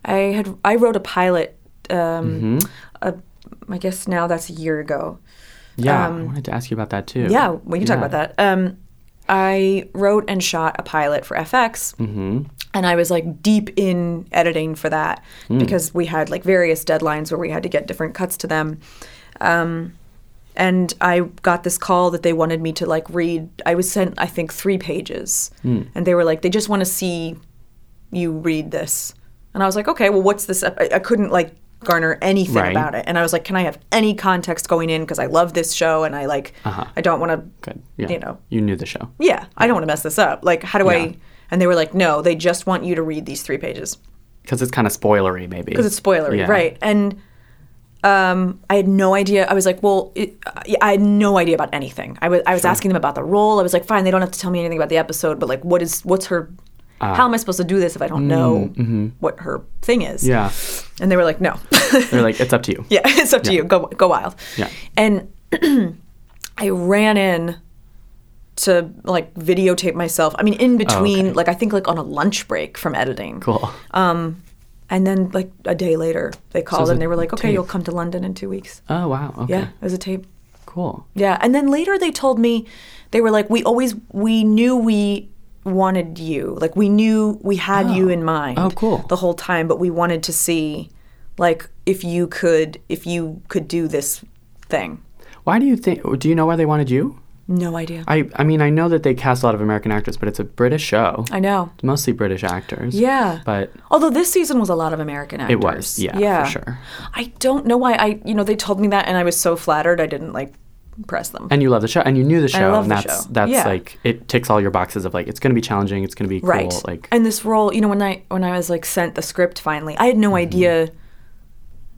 [SPEAKER 2] I had I wrote a pilot.
[SPEAKER 1] Mm-hmm.
[SPEAKER 2] Um, a, I guess now that's a year ago.
[SPEAKER 1] yeah, I wanted to ask you about that too.
[SPEAKER 2] um, Yeah, we can talk about that. Um, I wrote and shot a pilot for FX,
[SPEAKER 1] Mm-hmm.
[SPEAKER 2] and I was like deep in editing for that
[SPEAKER 1] Hmm.
[SPEAKER 2] because we had like various deadlines where we had to get different cuts to them. Um, and I got this call that they wanted me to like read. I was sent, I think, three pages,
[SPEAKER 1] Hmm.
[SPEAKER 2] and they were like, they just want to see you read this. And I was like, okay, well, what's this? I, I couldn't like garner anything
[SPEAKER 1] Right.
[SPEAKER 2] about it. And I was like, can I have any context going in? Because I love this show and I like, I don't want to,
[SPEAKER 1] Uh-huh. Good. Yeah.
[SPEAKER 2] you know,
[SPEAKER 1] You knew the show.
[SPEAKER 2] yeah, I don't want to mess this up. Like, how do
[SPEAKER 1] Yeah.
[SPEAKER 2] I? And they were like, no, they just want you to read these three pages
[SPEAKER 1] Because it's kind of spoilery, maybe.
[SPEAKER 2] because it's spoilery,
[SPEAKER 1] Yeah.
[SPEAKER 2] right? And um, I had no idea. I was like, well, it, I- I had no idea about anything. I was I was asking them about the role. I was like, fine, they don't have to tell me anything about the episode, but like, what is what's her?
[SPEAKER 1] Ah.
[SPEAKER 2] how am I supposed to do this if I don't know what her thing is?
[SPEAKER 1] Mm, mm-hmm. Yeah.
[SPEAKER 2] And they were like, no.
[SPEAKER 1] They're like, it's up to you.
[SPEAKER 2] yeah, it's up to you. Go go wild.
[SPEAKER 1] Yeah.
[SPEAKER 2] And I ran in to like videotape myself. I mean, in between, like I think like on a lunch break from editing.
[SPEAKER 1] Oh, Cool.
[SPEAKER 2] Uh, And then like a day later, they called
[SPEAKER 1] it's
[SPEAKER 2] and
[SPEAKER 1] a
[SPEAKER 2] they were like, "Okay,
[SPEAKER 1] tape.
[SPEAKER 2] you'll come to London in two weeks."
[SPEAKER 1] oh wow. Okay.
[SPEAKER 2] Yeah, it was a tape.
[SPEAKER 1] Cool.
[SPEAKER 2] Yeah, and then later they told me they were like, "We always we knew we wanted you. Like we knew we had you in mind.
[SPEAKER 1] Oh, cool.
[SPEAKER 2] The whole time, but we wanted to see like if you could if you could do this thing."
[SPEAKER 1] Why do you think? Do you know why they wanted you?
[SPEAKER 2] No idea.
[SPEAKER 1] I I mean I know that they cast a lot of American actors, but it's a British show.
[SPEAKER 2] I know.
[SPEAKER 1] It's mostly British actors.
[SPEAKER 2] Yeah.
[SPEAKER 1] But
[SPEAKER 2] Although this season was a lot of American actors.
[SPEAKER 1] it was. Yeah. For sure.
[SPEAKER 2] I don't know why I, you know, they told me that and I was so flattered I didn't like press them.
[SPEAKER 1] And you love the show, and you knew the show,
[SPEAKER 2] love
[SPEAKER 1] and
[SPEAKER 2] the
[SPEAKER 1] that's
[SPEAKER 2] show.
[SPEAKER 1] that's
[SPEAKER 2] Yeah.
[SPEAKER 1] like it ticks all your boxes of like it's going to be challenging, it's going to be cool,
[SPEAKER 2] right.
[SPEAKER 1] like
[SPEAKER 2] and this role, you know, when I when I was like sent the script finally, I had
[SPEAKER 1] Mm-hmm.
[SPEAKER 2] no idea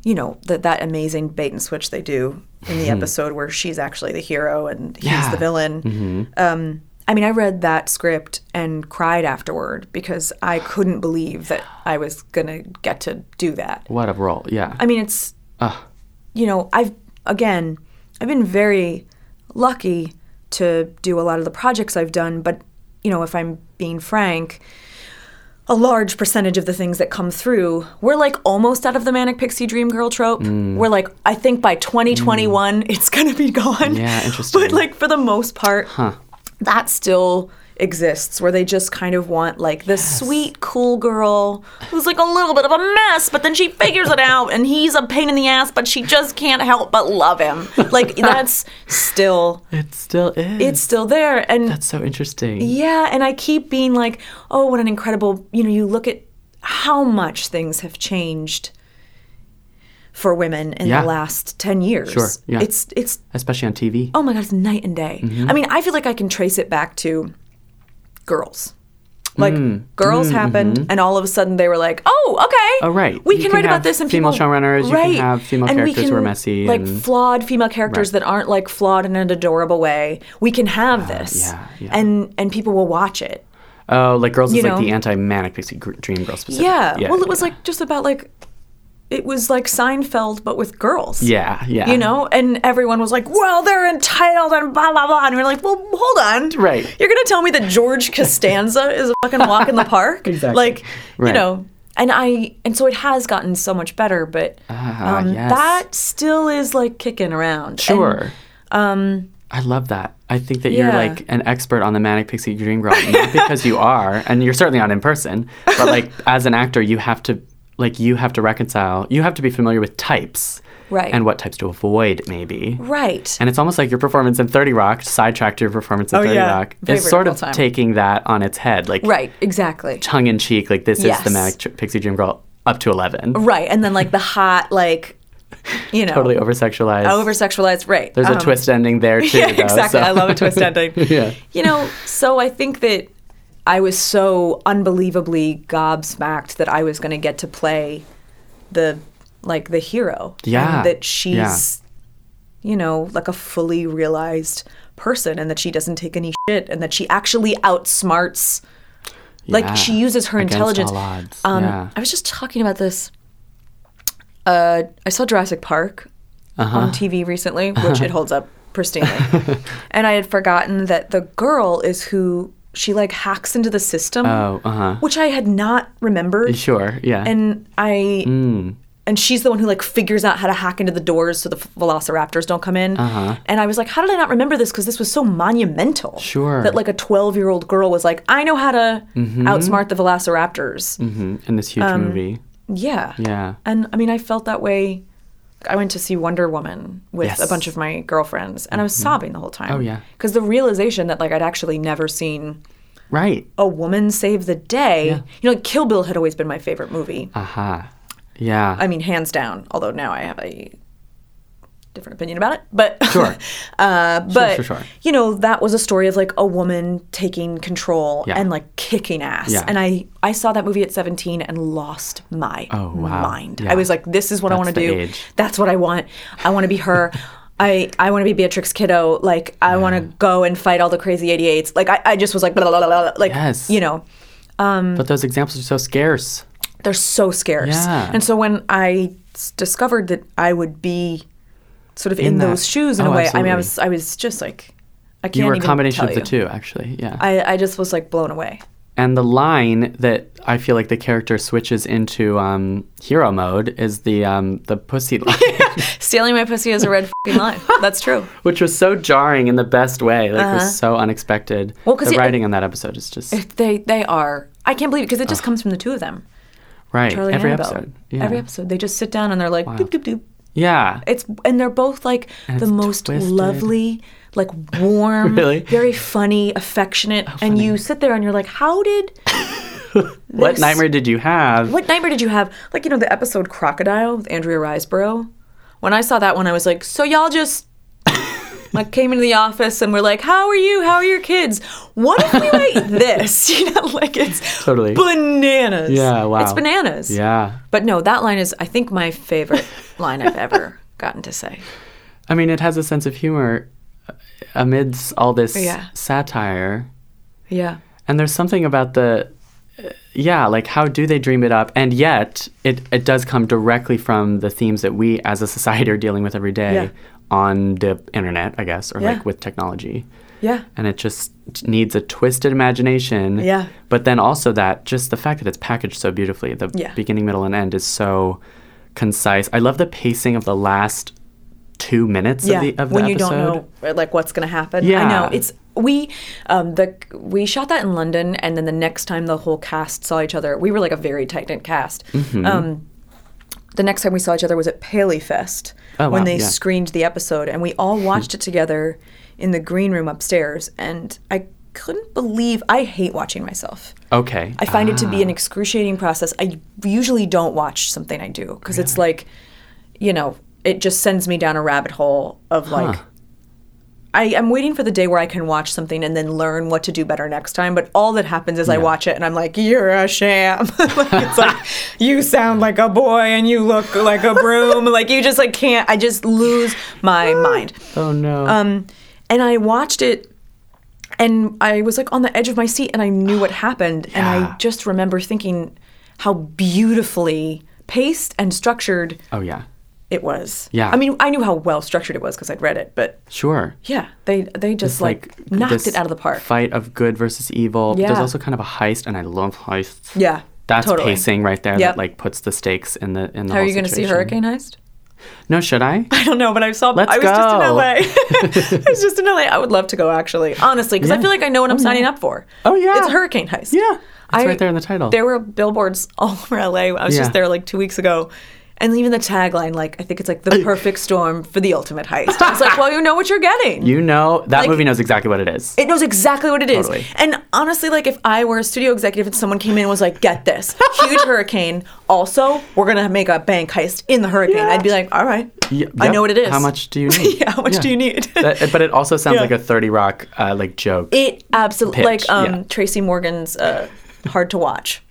[SPEAKER 2] you know, that that amazing bait and switch they do in the episode where she's actually the hero and he's
[SPEAKER 1] Mm-hmm. Yeah. Mm-hmm.
[SPEAKER 2] the villain. Um I mean, I read that script and cried afterward because I couldn't believe that I was going to get to do that.
[SPEAKER 1] what a role, yeah.
[SPEAKER 2] I mean, it's,
[SPEAKER 1] Ah.
[SPEAKER 2] you know, I've, again, I've been very lucky to do a lot of the projects I've done, but, you know, if I'm being frank, a large percentage of the things that come through, we're like almost out of the manic pixie dream girl trope.
[SPEAKER 1] Mm.
[SPEAKER 2] We're like, I think by 2021, it's going to be gone.
[SPEAKER 1] Yeah, interesting.
[SPEAKER 2] But like for the most part, that still exists where they just kind of want like the sweet cool girl who's like a little bit of a mess but then she figures it out and he's a pain in the ass but she just can't help but love him like that's still
[SPEAKER 1] it still is.
[SPEAKER 2] it's still there and
[SPEAKER 1] that's so interesting.
[SPEAKER 2] yeah, and I keep being like, oh, what an incredible, you know, you look at how much things have changed for women in
[SPEAKER 1] Yeah.
[SPEAKER 2] the last 10 years.
[SPEAKER 1] Sure, yeah.
[SPEAKER 2] It's it's
[SPEAKER 1] Especially on TV.
[SPEAKER 2] oh my god, it's night and day.
[SPEAKER 1] Mm-hmm.
[SPEAKER 2] I mean, I feel like I can trace it back to girls. Like
[SPEAKER 1] Mm.
[SPEAKER 2] girls happened, and all of a sudden they were like, "Oh, okay,
[SPEAKER 1] mm-hmm. Oh, right.
[SPEAKER 2] we
[SPEAKER 1] You
[SPEAKER 2] can,
[SPEAKER 1] can
[SPEAKER 2] write
[SPEAKER 1] have
[SPEAKER 2] about this." And
[SPEAKER 1] female
[SPEAKER 2] people,
[SPEAKER 1] showrunners, you can
[SPEAKER 2] right?
[SPEAKER 1] have female
[SPEAKER 2] and we
[SPEAKER 1] characters who are
[SPEAKER 2] can,
[SPEAKER 1] messy
[SPEAKER 2] like
[SPEAKER 1] and-
[SPEAKER 2] flawed female characters
[SPEAKER 1] Right. Uh,
[SPEAKER 2] that aren't like flawed in an adorable way. We can have this,
[SPEAKER 1] yeah, yeah.
[SPEAKER 2] and and people will watch it.
[SPEAKER 1] Oh, like girls is
[SPEAKER 2] You
[SPEAKER 1] like
[SPEAKER 2] know?
[SPEAKER 1] the anti manic pixie gr- dream girl specific.
[SPEAKER 2] Yeah. well, it was like just about like it was like Seinfeld but with girls.
[SPEAKER 1] Yeah, yeah.
[SPEAKER 2] You know, and everyone was like, "Well, they're entitled and blah blah blah," and we're like, "Well, hold on,
[SPEAKER 1] Right.
[SPEAKER 2] You're gonna tell me that George Costanza is a fucking walk in the park?
[SPEAKER 1] Exactly.
[SPEAKER 2] Like,
[SPEAKER 1] Right.
[SPEAKER 2] you know." And I and so it has gotten so much better, but um,
[SPEAKER 1] Ah, yes.
[SPEAKER 2] that still is like kicking around. And
[SPEAKER 1] Sure.
[SPEAKER 2] um,
[SPEAKER 1] I love that. I think that you're
[SPEAKER 2] Yeah.
[SPEAKER 1] like an expert on the manic pixie dream girl, not because you are, and you're certainly not in person, but like as an actor, you have to like you have to reconcile. You have to be familiar with types,
[SPEAKER 2] Right.
[SPEAKER 1] And what types to avoid, maybe.
[SPEAKER 2] right.
[SPEAKER 1] And it's almost like your performance in Thirty Rock, sidetracked to your performance in
[SPEAKER 2] Oh,
[SPEAKER 1] Thirty
[SPEAKER 2] yeah.
[SPEAKER 1] Rock, is
[SPEAKER 2] Favorite
[SPEAKER 1] sort
[SPEAKER 2] of
[SPEAKER 1] of
[SPEAKER 2] all time.
[SPEAKER 1] taking that on its head, like
[SPEAKER 2] right, exactly.
[SPEAKER 1] tongue in cheek, like this is
[SPEAKER 2] Yes.
[SPEAKER 1] the manic Tr- pixie dream girl up to eleven,
[SPEAKER 2] Right. And then like the hot like you know
[SPEAKER 1] totally over sexualized.
[SPEAKER 2] over sexualized right.
[SPEAKER 1] There's a
[SPEAKER 2] um,
[SPEAKER 1] twist ending there too.
[SPEAKER 2] Yeah,
[SPEAKER 1] though,
[SPEAKER 2] exactly.
[SPEAKER 1] so-
[SPEAKER 2] I love a twist ending.
[SPEAKER 1] yeah.
[SPEAKER 2] You know, so I think that I was so unbelievably gobsmacked that I was going to get to play the like the hero. and
[SPEAKER 1] Yeah,
[SPEAKER 2] that she's you know, like a fully realized person and that she doesn't take any shit and that she actually outsmarts like
[SPEAKER 1] Yeah.
[SPEAKER 2] she uses her
[SPEAKER 1] Against
[SPEAKER 2] intelligence.
[SPEAKER 1] all odds.
[SPEAKER 2] Um
[SPEAKER 1] Yeah.
[SPEAKER 2] I was just talking about this uh I saw Jurassic Park
[SPEAKER 1] Uh-huh.
[SPEAKER 2] on TV recently, which it holds up pristinely. and I had forgotten that the girl is who she like hacks into the system,
[SPEAKER 1] Oh, uh huh.
[SPEAKER 2] which I had not remembered.
[SPEAKER 1] Sure. Yeah. Hmm.
[SPEAKER 2] And I and she's the one who like figures out how to hack into the doors so the velociraptors don't come in.
[SPEAKER 1] Uh-huh.
[SPEAKER 2] And I was like, how did I not remember this? Because this was so monumental.
[SPEAKER 1] Sure. Mm-hmm.
[SPEAKER 2] That like a 12 year old girl was like, I know how to outsmart the velociraptors.
[SPEAKER 1] hmm in this huge
[SPEAKER 2] um,
[SPEAKER 1] movie.
[SPEAKER 2] Yeah.
[SPEAKER 1] Yeah.
[SPEAKER 2] And I mean, I felt that way. I went to see Wonder Woman with
[SPEAKER 1] Yes.
[SPEAKER 2] a bunch of my girlfriends, and I was sobbing the whole time.
[SPEAKER 1] Oh, yeah.
[SPEAKER 2] Because the realization that like I'd actually never seen
[SPEAKER 1] Right.
[SPEAKER 2] a woman save the day. You know, like, Kill Bill had always been my favorite movie.
[SPEAKER 1] Aha. Yeah.
[SPEAKER 2] I mean, hands down. Although now I have a different opinion about it, but
[SPEAKER 1] Sure.
[SPEAKER 2] uh, but
[SPEAKER 1] sure, sure.
[SPEAKER 2] you know, that was a story of like a woman taking control
[SPEAKER 1] Yeah.
[SPEAKER 2] and like kicking ass.
[SPEAKER 1] Yeah.
[SPEAKER 2] And I I saw that movie at 17 and lost my
[SPEAKER 1] Oh, wow.
[SPEAKER 2] mind.
[SPEAKER 1] Yeah.
[SPEAKER 2] I was like, this is what I
[SPEAKER 1] That's
[SPEAKER 2] want to
[SPEAKER 1] the
[SPEAKER 2] do.
[SPEAKER 1] age.
[SPEAKER 2] That's what I want. I want to be her. I, I want to be Beatrix Kiddo. Like, I want to go and fight all the crazy 88s. Like, I, I just was like, blah, blah, blah, blah, like,
[SPEAKER 1] Yes.
[SPEAKER 2] you know, Um,
[SPEAKER 1] but those examples are so scarce.
[SPEAKER 2] they're so scarce.
[SPEAKER 1] Yeah.
[SPEAKER 2] And so when I s- discovered that I would be sort of in,
[SPEAKER 1] In that-
[SPEAKER 2] those shoes in
[SPEAKER 1] oh,
[SPEAKER 2] a way, I
[SPEAKER 1] absolutely.
[SPEAKER 2] mean, I was I was just like, I can't
[SPEAKER 1] You were a
[SPEAKER 2] even
[SPEAKER 1] combination
[SPEAKER 2] tell
[SPEAKER 1] of the
[SPEAKER 2] you.
[SPEAKER 1] two, actually. Yeah.
[SPEAKER 2] I, I just was like blown away.
[SPEAKER 1] and the line that I feel like the character switches into um, hero mode is the um, the pussy line,
[SPEAKER 2] Stealing my pussy is a red fing line. That's true.
[SPEAKER 1] which was so jarring in the best way. Like it was so unexpected.
[SPEAKER 2] Uh-huh. Well, 'cause
[SPEAKER 1] the
[SPEAKER 2] it-
[SPEAKER 1] writing on that episode is just
[SPEAKER 2] They they are. I can't believe it because it just comes from the two of them.
[SPEAKER 1] right.
[SPEAKER 2] Charlie
[SPEAKER 1] every
[SPEAKER 2] and Annabelle.
[SPEAKER 1] episode. Yeah.
[SPEAKER 2] Every episode, they just sit down and they're like, doop doop doop.
[SPEAKER 1] Yeah.
[SPEAKER 2] It's and they're both like the
[SPEAKER 1] it's
[SPEAKER 2] most
[SPEAKER 1] twisted.
[SPEAKER 2] lovely, like warm,
[SPEAKER 1] Really?
[SPEAKER 2] very funny, affectionate. And you sit there and you're like, how did
[SPEAKER 1] what
[SPEAKER 2] this-
[SPEAKER 1] nightmare did you have?
[SPEAKER 2] What nightmare did you have? Like, you know, the episode Crocodile with Andrea Riseborough. When I saw that one, I was like, so y'all just like came into the office and we're like, how are you? How are your kids? What if we ate this? You know, like it's
[SPEAKER 1] Totally.
[SPEAKER 2] bananas.
[SPEAKER 1] Yeah, wow.
[SPEAKER 2] It's bananas.
[SPEAKER 1] Yeah.
[SPEAKER 2] But no, that line is, I think, my favorite line I've ever gotten to say.
[SPEAKER 1] I mean, it has a sense of humor uh, amidst all this
[SPEAKER 2] Yeah.
[SPEAKER 1] satire.
[SPEAKER 2] Yeah.
[SPEAKER 1] And there's something about the, uh, yeah, like how do they dream it up? And yet, it, it does come directly from the themes that we as a society are dealing with every day
[SPEAKER 2] Yeah.
[SPEAKER 1] on the internet, I guess, or
[SPEAKER 2] Yeah.
[SPEAKER 1] like with technology.
[SPEAKER 2] Yeah.
[SPEAKER 1] And it just t- needs a twisted imagination.
[SPEAKER 2] Yeah.
[SPEAKER 1] But then also that, just the fact that it's packaged so beautifully, the
[SPEAKER 2] Yeah.
[SPEAKER 1] beginning, middle, and end is so concise. I love the pacing of the last two minutes
[SPEAKER 2] yeah.
[SPEAKER 1] of the, of the
[SPEAKER 2] when
[SPEAKER 1] episode.
[SPEAKER 2] you don't know uh, like what's gonna happen. I
[SPEAKER 1] Yeah.
[SPEAKER 2] know it's we um, the we shot that in London, and then the next time the whole cast saw each other, we were like a very tight knit cast.
[SPEAKER 1] Mm-hmm.
[SPEAKER 2] Um, the next time we saw each other was at Paley Fest
[SPEAKER 1] Oh,
[SPEAKER 2] when
[SPEAKER 1] wow,
[SPEAKER 2] they
[SPEAKER 1] yeah.
[SPEAKER 2] screened the episode, and we all watched it together in the green room upstairs, and I couldn't believe I hate watching myself.
[SPEAKER 1] Okay.
[SPEAKER 2] I find it to be an excruciating process. I usually don't watch something I do because it's like, you know, it just sends me down a rabbit hole of like, I, I'm waiting for the day where I can watch something and then learn what to do better next time. But all that happens is I watch it and I'm like, you're a sham. like, it's like, you sound like a boy and you look like a broom. like, you just like can't, I just lose my mind.
[SPEAKER 1] Oh no.
[SPEAKER 2] Um, and I watched it and I was like on the edge of my seat and I knew what happened. And
[SPEAKER 1] Yeah.
[SPEAKER 2] I just remember thinking how beautifully paced and structured
[SPEAKER 1] Oh yeah.
[SPEAKER 2] it was.
[SPEAKER 1] Yeah.
[SPEAKER 2] I mean, I knew how well structured it was because I'd read it, but
[SPEAKER 1] Sure.
[SPEAKER 2] yeah, they they just like, knocked
[SPEAKER 1] this
[SPEAKER 2] it out of the park.
[SPEAKER 1] Fight of good versus evil.
[SPEAKER 2] Yeah.
[SPEAKER 1] There's also kind of a heist, and I love heists.
[SPEAKER 2] Yeah,
[SPEAKER 1] That's
[SPEAKER 2] totally.
[SPEAKER 1] pacing right there.
[SPEAKER 2] Yep.
[SPEAKER 1] That like puts the stakes in the in the.
[SPEAKER 2] How are
[SPEAKER 1] whole
[SPEAKER 2] you going to see
[SPEAKER 1] situation.
[SPEAKER 2] Hurricane Heist?
[SPEAKER 1] No, should I?
[SPEAKER 2] I don't know, but I saw.
[SPEAKER 1] Let's
[SPEAKER 2] I was just in
[SPEAKER 1] go.
[SPEAKER 2] LA. I was just in LA. I would love to go actually, honestly, because I
[SPEAKER 1] Yeah.
[SPEAKER 2] feel like I know what I'm signing up for.
[SPEAKER 1] Oh, yeah.
[SPEAKER 2] it's a hurricane heist.
[SPEAKER 1] Yeah. It's right there in the title.
[SPEAKER 2] There were billboards all over LA. I was
[SPEAKER 1] Yeah.
[SPEAKER 2] just there like two weeks ago. And even the tagline, like I think it's like the perfect storm for the ultimate heist. I was like, well, you know what you're getting.
[SPEAKER 1] You know that
[SPEAKER 2] Like-
[SPEAKER 1] movie knows exactly what it is.
[SPEAKER 2] It knows exactly what it is.
[SPEAKER 1] Totally.
[SPEAKER 2] And honestly, like if I were a studio executive and someone came in and was like, get this huge hurricane. Also, we're going to make a bank heist in the hurricane.
[SPEAKER 1] Yeah.
[SPEAKER 2] I'd be like, all right,
[SPEAKER 1] Y-
[SPEAKER 2] I
[SPEAKER 1] yep.
[SPEAKER 2] know what it is.
[SPEAKER 1] How much do you need?
[SPEAKER 2] yeah, how much do you need?
[SPEAKER 1] That- but it also sounds
[SPEAKER 2] Yeah.
[SPEAKER 1] like a Thirty Rock uh, like joke.
[SPEAKER 2] it absolutely,
[SPEAKER 1] Pitch,
[SPEAKER 2] like um,
[SPEAKER 1] yeah.
[SPEAKER 2] Tracy Morgan's uh, Hard to Watch.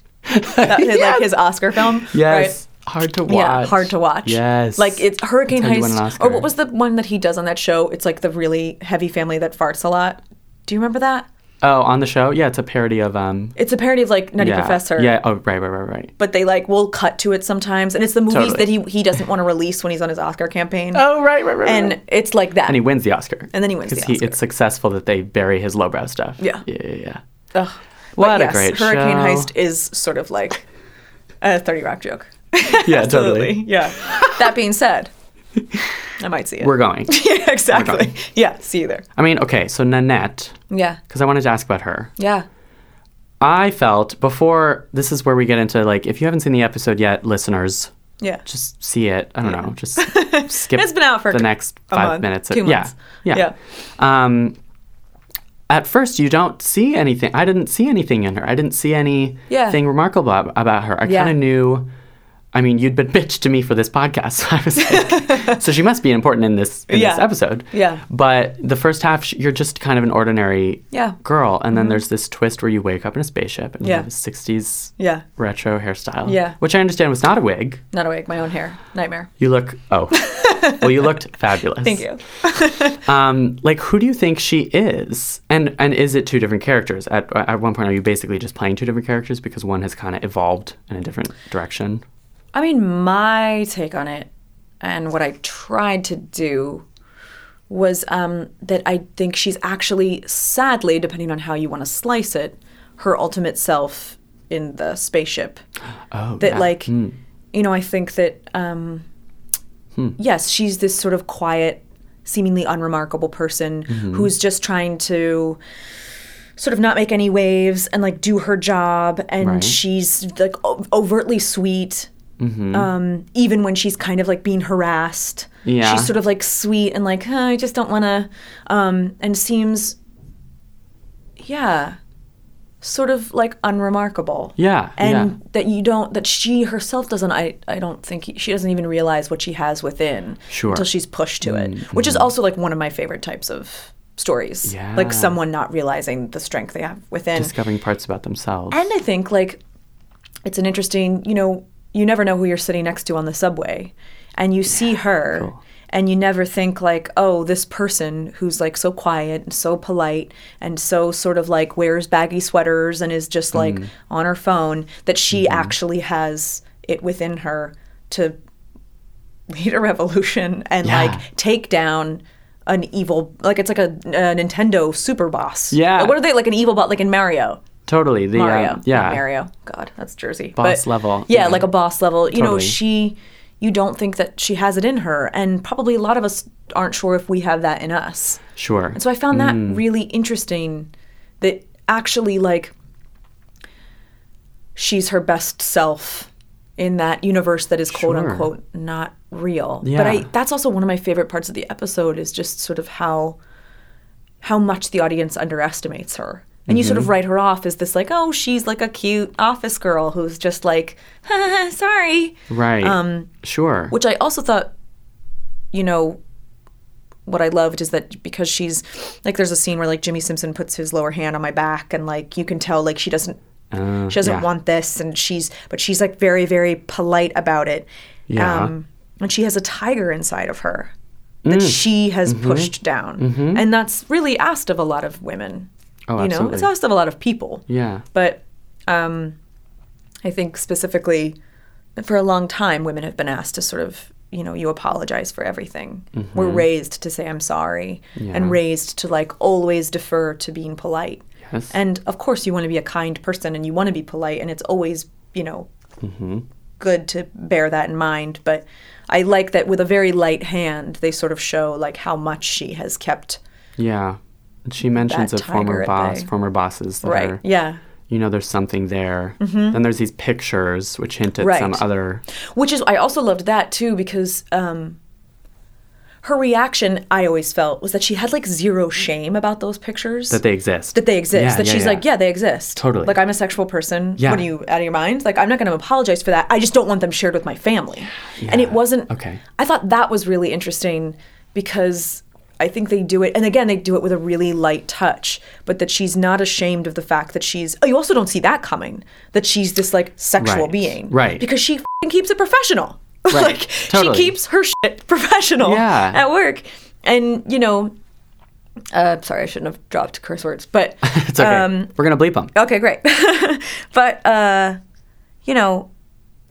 [SPEAKER 2] That, Like his Oscar film.
[SPEAKER 1] yes,
[SPEAKER 2] Right?
[SPEAKER 1] hard to watch.
[SPEAKER 2] Yeah, hard to watch.
[SPEAKER 1] Yes,
[SPEAKER 2] like it's Hurricane
[SPEAKER 1] That's how you win an
[SPEAKER 2] Heist,
[SPEAKER 1] Oscar.
[SPEAKER 2] or what was the one that he does on that show? It's like the really heavy family that farts a lot. Do you remember that?
[SPEAKER 1] Oh, on the show? Yeah, it's a parody of um
[SPEAKER 2] It's a parody of like Nutty
[SPEAKER 1] yeah.
[SPEAKER 2] Professor.
[SPEAKER 1] Yeah, oh right, right, right, right.
[SPEAKER 2] But they like will cut to it sometimes, and it's the movies
[SPEAKER 1] Totally.
[SPEAKER 2] that he he doesn't want to release when he's on his Oscar campaign.
[SPEAKER 1] Oh, right, right, right.
[SPEAKER 2] and it's like that.
[SPEAKER 1] and he wins the Oscar.
[SPEAKER 2] And then he wins the
[SPEAKER 1] 'Cause
[SPEAKER 2] Oscar.
[SPEAKER 1] it's successful that they bury his lowbrow stuff.
[SPEAKER 2] Yeah.
[SPEAKER 1] Yeah, yeah, yeah.
[SPEAKER 2] Ugh.
[SPEAKER 1] What
[SPEAKER 2] But
[SPEAKER 1] a
[SPEAKER 2] yes,
[SPEAKER 1] great
[SPEAKER 2] Hurricane
[SPEAKER 1] show.
[SPEAKER 2] Heist is sort of like a Thirty Rock joke.
[SPEAKER 1] Yeah,
[SPEAKER 2] Absolutely.
[SPEAKER 1] totally.
[SPEAKER 2] Yeah. that being said, I might see it.
[SPEAKER 1] We're going.
[SPEAKER 2] yeah, exactly. Yeah. See you there.
[SPEAKER 1] I mean, okay, so Nanette,
[SPEAKER 2] Yeah.
[SPEAKER 1] because I wanted to ask about her.
[SPEAKER 2] Yeah.
[SPEAKER 1] I felt before this is where we get into like if you haven't seen the episode yet, listeners,
[SPEAKER 2] Yeah.
[SPEAKER 1] just see it. I don't know, just skip.
[SPEAKER 2] It's been out for
[SPEAKER 1] the next
[SPEAKER 2] a
[SPEAKER 1] five
[SPEAKER 2] month,
[SPEAKER 1] minutes.
[SPEAKER 2] two
[SPEAKER 1] yeah,
[SPEAKER 2] months.
[SPEAKER 1] yeah, Um, at first, you don't see anything. I didn't see anything in her. I didn't see anything
[SPEAKER 2] Yeah.
[SPEAKER 1] remarkable ab- about her. I
[SPEAKER 2] Yeah.
[SPEAKER 1] kind of knew. I mean, you'd been bitched to me for this podcast, so I was like, so she must be important in this in this
[SPEAKER 2] Yeah.
[SPEAKER 1] episode.
[SPEAKER 2] Yeah.
[SPEAKER 1] But the first half, sh- you're just kind of an ordinary
[SPEAKER 2] Yeah. Mm-hmm.
[SPEAKER 1] girl, and then there's this twist where you wake up in a spaceship and you
[SPEAKER 2] Yeah.
[SPEAKER 1] have a '60s
[SPEAKER 2] Yeah.
[SPEAKER 1] retro hairstyle.
[SPEAKER 2] Yeah.
[SPEAKER 1] Which I understand was not a wig.
[SPEAKER 2] Not awake. My own hair. Nightmare.
[SPEAKER 1] You look oh, well, you looked fabulous.
[SPEAKER 2] Thank you.
[SPEAKER 1] Um, like who do you think she is, and and is it two different characters? At uh, at one point, are you basically just playing two different characters because one has kind of evolved in a different direction?
[SPEAKER 2] I mean, my take on it and what I tried to do was um, that I think she's actually, sadly, depending on how you want to slice it, her ultimate self in the spaceship.
[SPEAKER 1] Oh,
[SPEAKER 2] That,
[SPEAKER 1] yeah.
[SPEAKER 2] like, you know, I think that, um,
[SPEAKER 1] Hmm.
[SPEAKER 2] yes, she's this sort of quiet, seemingly unremarkable person
[SPEAKER 1] Mm-hmm.
[SPEAKER 2] who's just trying to sort of not make any waves and like do her job and
[SPEAKER 1] Right.
[SPEAKER 2] she's like o- overtly sweet
[SPEAKER 1] Mm-hmm.
[SPEAKER 2] um, even when she's kind of like being harassed
[SPEAKER 1] Yeah.
[SPEAKER 2] she's sort of like sweet and like "Huh, i just don't want to um, and seems yeah sort of like unremarkable
[SPEAKER 1] Yeah,
[SPEAKER 2] and that you don't that she herself doesn't i i don't think she doesn't even realize what she has within
[SPEAKER 1] Sure. Mm-hmm.
[SPEAKER 2] until she's pushed to it which is also like one of my favorite types of stories
[SPEAKER 1] Yeah.
[SPEAKER 2] like someone not realizing the strength they have within
[SPEAKER 1] discovering parts about themselves.
[SPEAKER 2] and I think like it's an interesting, you know, you never know who you're sitting next to on the subway and you see her and you never think like, oh, this person who's like so quiet and so polite and so sort of like wears baggy sweaters and is just like
[SPEAKER 1] Mm-hmm.
[SPEAKER 2] on her phone that she actually has it within her to lead a revolution and
[SPEAKER 1] Yeah.
[SPEAKER 2] like take down an evil like it's like a, a Nintendo super boss.
[SPEAKER 1] Yeah.
[SPEAKER 2] What are they like an evil bot like in Mario?
[SPEAKER 1] totally the
[SPEAKER 2] Mario.
[SPEAKER 1] um, yeah
[SPEAKER 2] Not Mario. God, that's Jersey.
[SPEAKER 1] Boss level,
[SPEAKER 2] Yeah,
[SPEAKER 1] yeah.
[SPEAKER 2] like a boss level. You know,
[SPEAKER 1] Totally.
[SPEAKER 2] she you don't think that she has it in her and probably a lot of us aren't sure if we have that in us.
[SPEAKER 1] sure.
[SPEAKER 2] And so I found that
[SPEAKER 1] Mm.
[SPEAKER 2] really interesting that actually like she's her best self in that universe that is quote
[SPEAKER 1] Sure.
[SPEAKER 2] unquote not real. But
[SPEAKER 1] Yeah.
[SPEAKER 2] I that's also one of my favorite parts of the episode is just sort of how how much the audience underestimates her. And you sort
[SPEAKER 1] Mm-hmm.
[SPEAKER 2] of write her off as this like, oh, she's like a cute office girl who's just like, sorry
[SPEAKER 1] right. Um, sure.
[SPEAKER 2] which I also thought, you know, what I loved is that because she's like, there's a scene where like Jimmy Simpson puts his lower hand on my back, and like you can tell like she doesn't,
[SPEAKER 1] Uh,
[SPEAKER 2] she doesn't
[SPEAKER 1] yeah.
[SPEAKER 2] want this, and she's but she's like very very polite about it. Um,
[SPEAKER 1] Yeah.
[SPEAKER 2] and she has a tiger inside of her that
[SPEAKER 1] Mm.
[SPEAKER 2] she has
[SPEAKER 1] Mm-hmm.
[SPEAKER 2] pushed down, and that's really asked of a lot of women.
[SPEAKER 1] Oh,
[SPEAKER 2] you know,
[SPEAKER 1] absolutely.
[SPEAKER 2] it's asked of a lot of people
[SPEAKER 1] yeah.
[SPEAKER 2] but um, I think specifically for a long time, women have been asked to sort of, you know, you apologize for everything. We're raised to say I'm sorry and raised to like always defer to being polite.
[SPEAKER 1] Yes.
[SPEAKER 2] And of course, you want to be a kind person and you want to be polite, and it's always, you know, good to bear that in mind. But I like that with a very light hand, they sort of show like how much she has kept.
[SPEAKER 1] Yeah. And She mentions a
[SPEAKER 2] That tiger
[SPEAKER 1] former
[SPEAKER 2] at
[SPEAKER 1] boss,
[SPEAKER 2] bay.
[SPEAKER 1] former bosses that
[SPEAKER 2] Right.
[SPEAKER 1] are,
[SPEAKER 2] Yeah.
[SPEAKER 1] you know, there's something there. Then there's these pictures which hint at some
[SPEAKER 2] Right.
[SPEAKER 1] other.
[SPEAKER 2] which is I also loved that too because um, her reaction I always felt was that she had like zero shame about those pictures
[SPEAKER 1] That they exist.
[SPEAKER 2] that they exist
[SPEAKER 1] Yeah,
[SPEAKER 2] that
[SPEAKER 1] yeah,
[SPEAKER 2] she's
[SPEAKER 1] yeah.
[SPEAKER 2] like yeah they exist
[SPEAKER 1] Totally.
[SPEAKER 2] like I'm a sexual person
[SPEAKER 1] Yeah.
[SPEAKER 2] what are you out of your mind like I'm not going to apologize for that I just don't want them shared with my family and it wasn't
[SPEAKER 1] Okay.
[SPEAKER 2] I thought that was really interesting because. I think they do it, and again, they do it with a really light touch, but that she's not ashamed of the fact that she's. Oh, you also don't see that coming. That she's this like sexual
[SPEAKER 1] Right.
[SPEAKER 2] being,
[SPEAKER 1] Right.
[SPEAKER 2] Because she fing keeps it professional. like
[SPEAKER 1] Totally.
[SPEAKER 2] she keeps her shit professional
[SPEAKER 1] Yeah.
[SPEAKER 2] at work, and you know, uh, sorry, I shouldn't have dropped curse words, but
[SPEAKER 1] It's okay.
[SPEAKER 2] um,
[SPEAKER 1] We're going to bleep them.
[SPEAKER 2] okay, great. but uh, you know,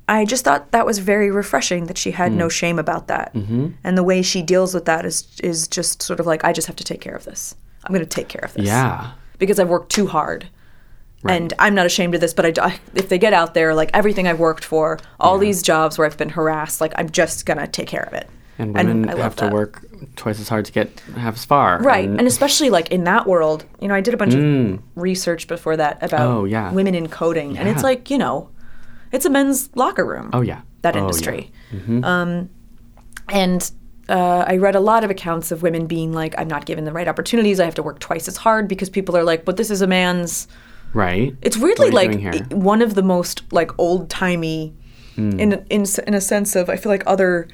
[SPEAKER 2] I just thought that was very refreshing that she had no
[SPEAKER 1] Mm.
[SPEAKER 2] shame about that, mm-hmm. and the way she deals with that is is just sort of like I just have to take care of this. I'm going to take care of this
[SPEAKER 1] Yeah.
[SPEAKER 2] because I've worked too hard. And I'm not ashamed of this, but I d I if they get out there, like everything I've worked for, all these jobs where I've been harassed, like I'm just gonna take care of it.
[SPEAKER 1] And women
[SPEAKER 2] I love
[SPEAKER 1] have to
[SPEAKER 2] that.
[SPEAKER 1] work twice as hard to get half as far.
[SPEAKER 2] Right.
[SPEAKER 1] And- Mm.
[SPEAKER 2] And, especially like in that world, you know, I did a bunch of research before that about
[SPEAKER 1] Oh, yeah.
[SPEAKER 2] women in coding. And it's
[SPEAKER 1] Yeah.
[SPEAKER 2] like, you know, it's a men's locker room.
[SPEAKER 1] oh, yeah.
[SPEAKER 2] That
[SPEAKER 1] Oh, yeah. Mm-hmm.
[SPEAKER 2] industry. Um, and uh, I read a lot of accounts of women being like, I'm not given the right opportunities. I have to work twice as hard because people are like, but this is a man's.
[SPEAKER 1] Right.
[SPEAKER 2] It's weirdly
[SPEAKER 1] What are you
[SPEAKER 2] like
[SPEAKER 1] doing here? Hmm.
[SPEAKER 2] i- one of the most like old timey, in in s- in a sense of I feel like other.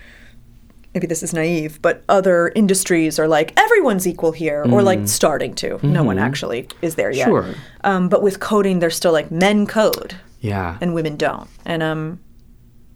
[SPEAKER 2] Maybe this is naive, but other industries are like everyone's equal here, or like starting to. No one actually is there yet.
[SPEAKER 1] Hmm. Sure.
[SPEAKER 2] Um, but with coding, they're still like men code
[SPEAKER 1] yeah.
[SPEAKER 2] and women don't, and um,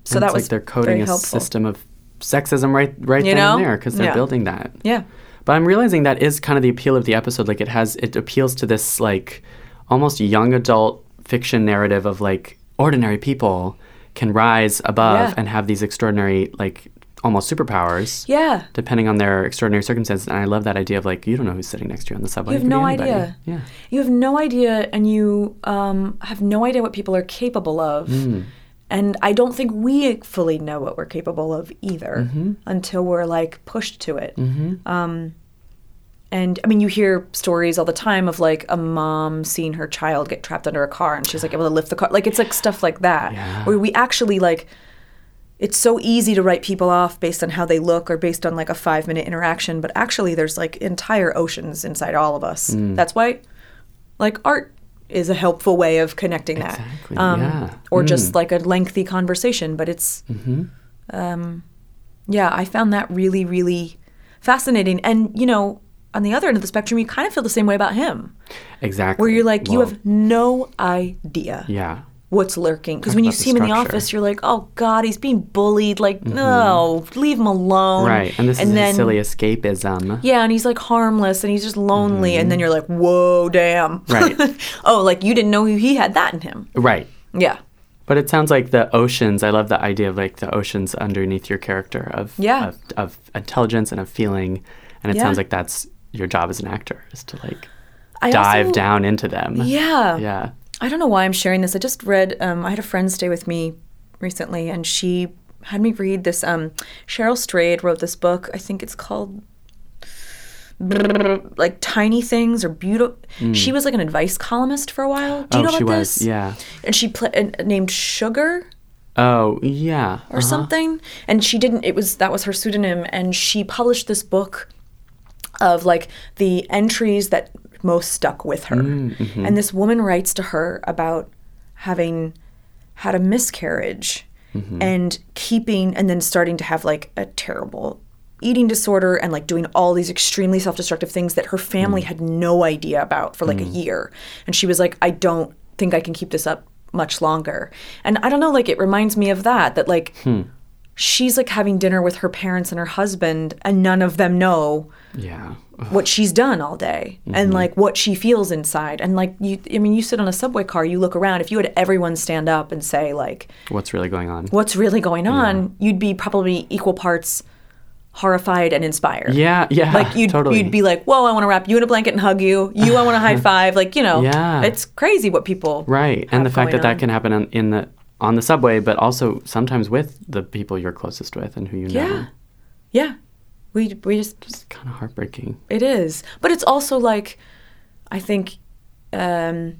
[SPEAKER 2] so
[SPEAKER 1] And
[SPEAKER 2] that
[SPEAKER 1] it's
[SPEAKER 2] was
[SPEAKER 1] like they're
[SPEAKER 2] very
[SPEAKER 1] coding a
[SPEAKER 2] helpful.
[SPEAKER 1] system of sexism right right
[SPEAKER 2] You
[SPEAKER 1] then and
[SPEAKER 2] know?
[SPEAKER 1] there because they're
[SPEAKER 2] Yeah.
[SPEAKER 1] building that.
[SPEAKER 2] Yeah,
[SPEAKER 1] But I'm realizing that is kind of the appeal of the episode. Like it has it appeals to this like almost young adult fiction narrative of like ordinary people can rise above
[SPEAKER 2] Yeah.
[SPEAKER 1] and have these extraordinary like almost superpowers.
[SPEAKER 2] yeah.
[SPEAKER 1] Depending on their extraordinary circumstances, and I love that idea of like you don't know who's sitting next to you on the subway.
[SPEAKER 2] You have
[SPEAKER 1] It could be
[SPEAKER 2] no
[SPEAKER 1] anybody.
[SPEAKER 2] idea.
[SPEAKER 1] Yeah,
[SPEAKER 2] You have no idea, and you um, have no idea what people are capable of.
[SPEAKER 1] Mm.
[SPEAKER 2] And I don't think we fully know what we're capable of either
[SPEAKER 1] Mm-hmm.
[SPEAKER 2] until we're like pushed to it. Um, and I mean, you hear stories all the time of like a mom seeing her child get trapped under a car and she's like able to lift the car. Like, it's like stuff like that
[SPEAKER 1] Yeah.
[SPEAKER 2] where we actually like it's so easy to write people off based on how they look or based on like a five minute interaction, but actually there's like entire oceans inside all of us.
[SPEAKER 1] Mm.
[SPEAKER 2] That's why like art is a helpful way of connecting that. um,
[SPEAKER 1] Exactly, yeah. Mm. Mm-hmm.
[SPEAKER 2] Or just like a lengthy conversation, but it's um, yeah, I found that really, really fascinating. And you know, on the other end of the spectrum, you kind of feel the same way about him,
[SPEAKER 1] exactly.
[SPEAKER 2] where you're like, you
[SPEAKER 1] Well,
[SPEAKER 2] have no idea
[SPEAKER 1] yeah,
[SPEAKER 2] what's lurking. Because when you
[SPEAKER 1] about the
[SPEAKER 2] see him in the
[SPEAKER 1] structure. Mm-hmm.
[SPEAKER 2] office, you're like, oh God, he's being bullied. Like, no, leave him alone.
[SPEAKER 1] right. And this is
[SPEAKER 2] then,
[SPEAKER 1] his silly escapism.
[SPEAKER 2] Yeah, and he's like harmless and he's just lonely. And then you're like, whoa, damn.
[SPEAKER 1] Mm-hmm. Right.
[SPEAKER 2] oh, like you didn't know he had that in him.
[SPEAKER 1] Right.
[SPEAKER 2] Yeah.
[SPEAKER 1] But it sounds like the oceans. I love the idea of like the oceans underneath your character of
[SPEAKER 2] Yeah.
[SPEAKER 1] of, of intelligence and of feeling, and it
[SPEAKER 2] Yeah.
[SPEAKER 1] sounds like that's your job as an actor is to like
[SPEAKER 2] I
[SPEAKER 1] dive
[SPEAKER 2] also-
[SPEAKER 1] down into them.
[SPEAKER 2] Yeah.
[SPEAKER 1] Yeah.
[SPEAKER 2] I don't know why I'm sharing this. I just read, um, I had a friend stay with me recently, and she had me read this. Um, Cheryl Strayed wrote this book. I think it's called like Tiny Things or Beautiful. She was like an advice columnist for a while. Do you
[SPEAKER 1] Hmm. oh,
[SPEAKER 2] know about
[SPEAKER 1] she was.
[SPEAKER 2] this?
[SPEAKER 1] Yeah.
[SPEAKER 2] And she pla- and, named Sugar
[SPEAKER 1] Oh, yeah.
[SPEAKER 2] or something. And she didn't, it was, that was her pseudonym. And she published this book of like the entries that most stuck with her. And this woman writes to her about having had a miscarriage and keeping, and then starting to have like a terrible eating disorder and like doing all these extremely self-destructive things that her family had no idea about for like a year. And she was like, I don't think I can keep this up much longer. And I don't know, like it reminds me of that, that like she's like having dinner with her parents and her husband and none of them know
[SPEAKER 1] Yeah.
[SPEAKER 2] what she's done all day
[SPEAKER 1] Mm-hmm.
[SPEAKER 2] and like what she feels inside and like you i mean you sit on a subway car you look around if you had everyone stand up and say like
[SPEAKER 1] What's really going on?
[SPEAKER 2] what's really going on you'd be probably equal parts horrified and inspired
[SPEAKER 1] Yeah, yeah.
[SPEAKER 2] like you'd,
[SPEAKER 1] totally.
[SPEAKER 2] you'd be like whoa i want to wrap you in a blanket and hug you you i want to high five like you know
[SPEAKER 1] Yeah.
[SPEAKER 2] it's crazy what people
[SPEAKER 1] right, and the
[SPEAKER 2] have
[SPEAKER 1] fact that
[SPEAKER 2] going
[SPEAKER 1] that
[SPEAKER 2] on.
[SPEAKER 1] can happen on, in the on the subway, but also sometimes with the people you're closest with and who you know.
[SPEAKER 2] yeah yeah we, we just
[SPEAKER 1] It's kind of heartbreaking.
[SPEAKER 2] It is, but it's also like, I think, um,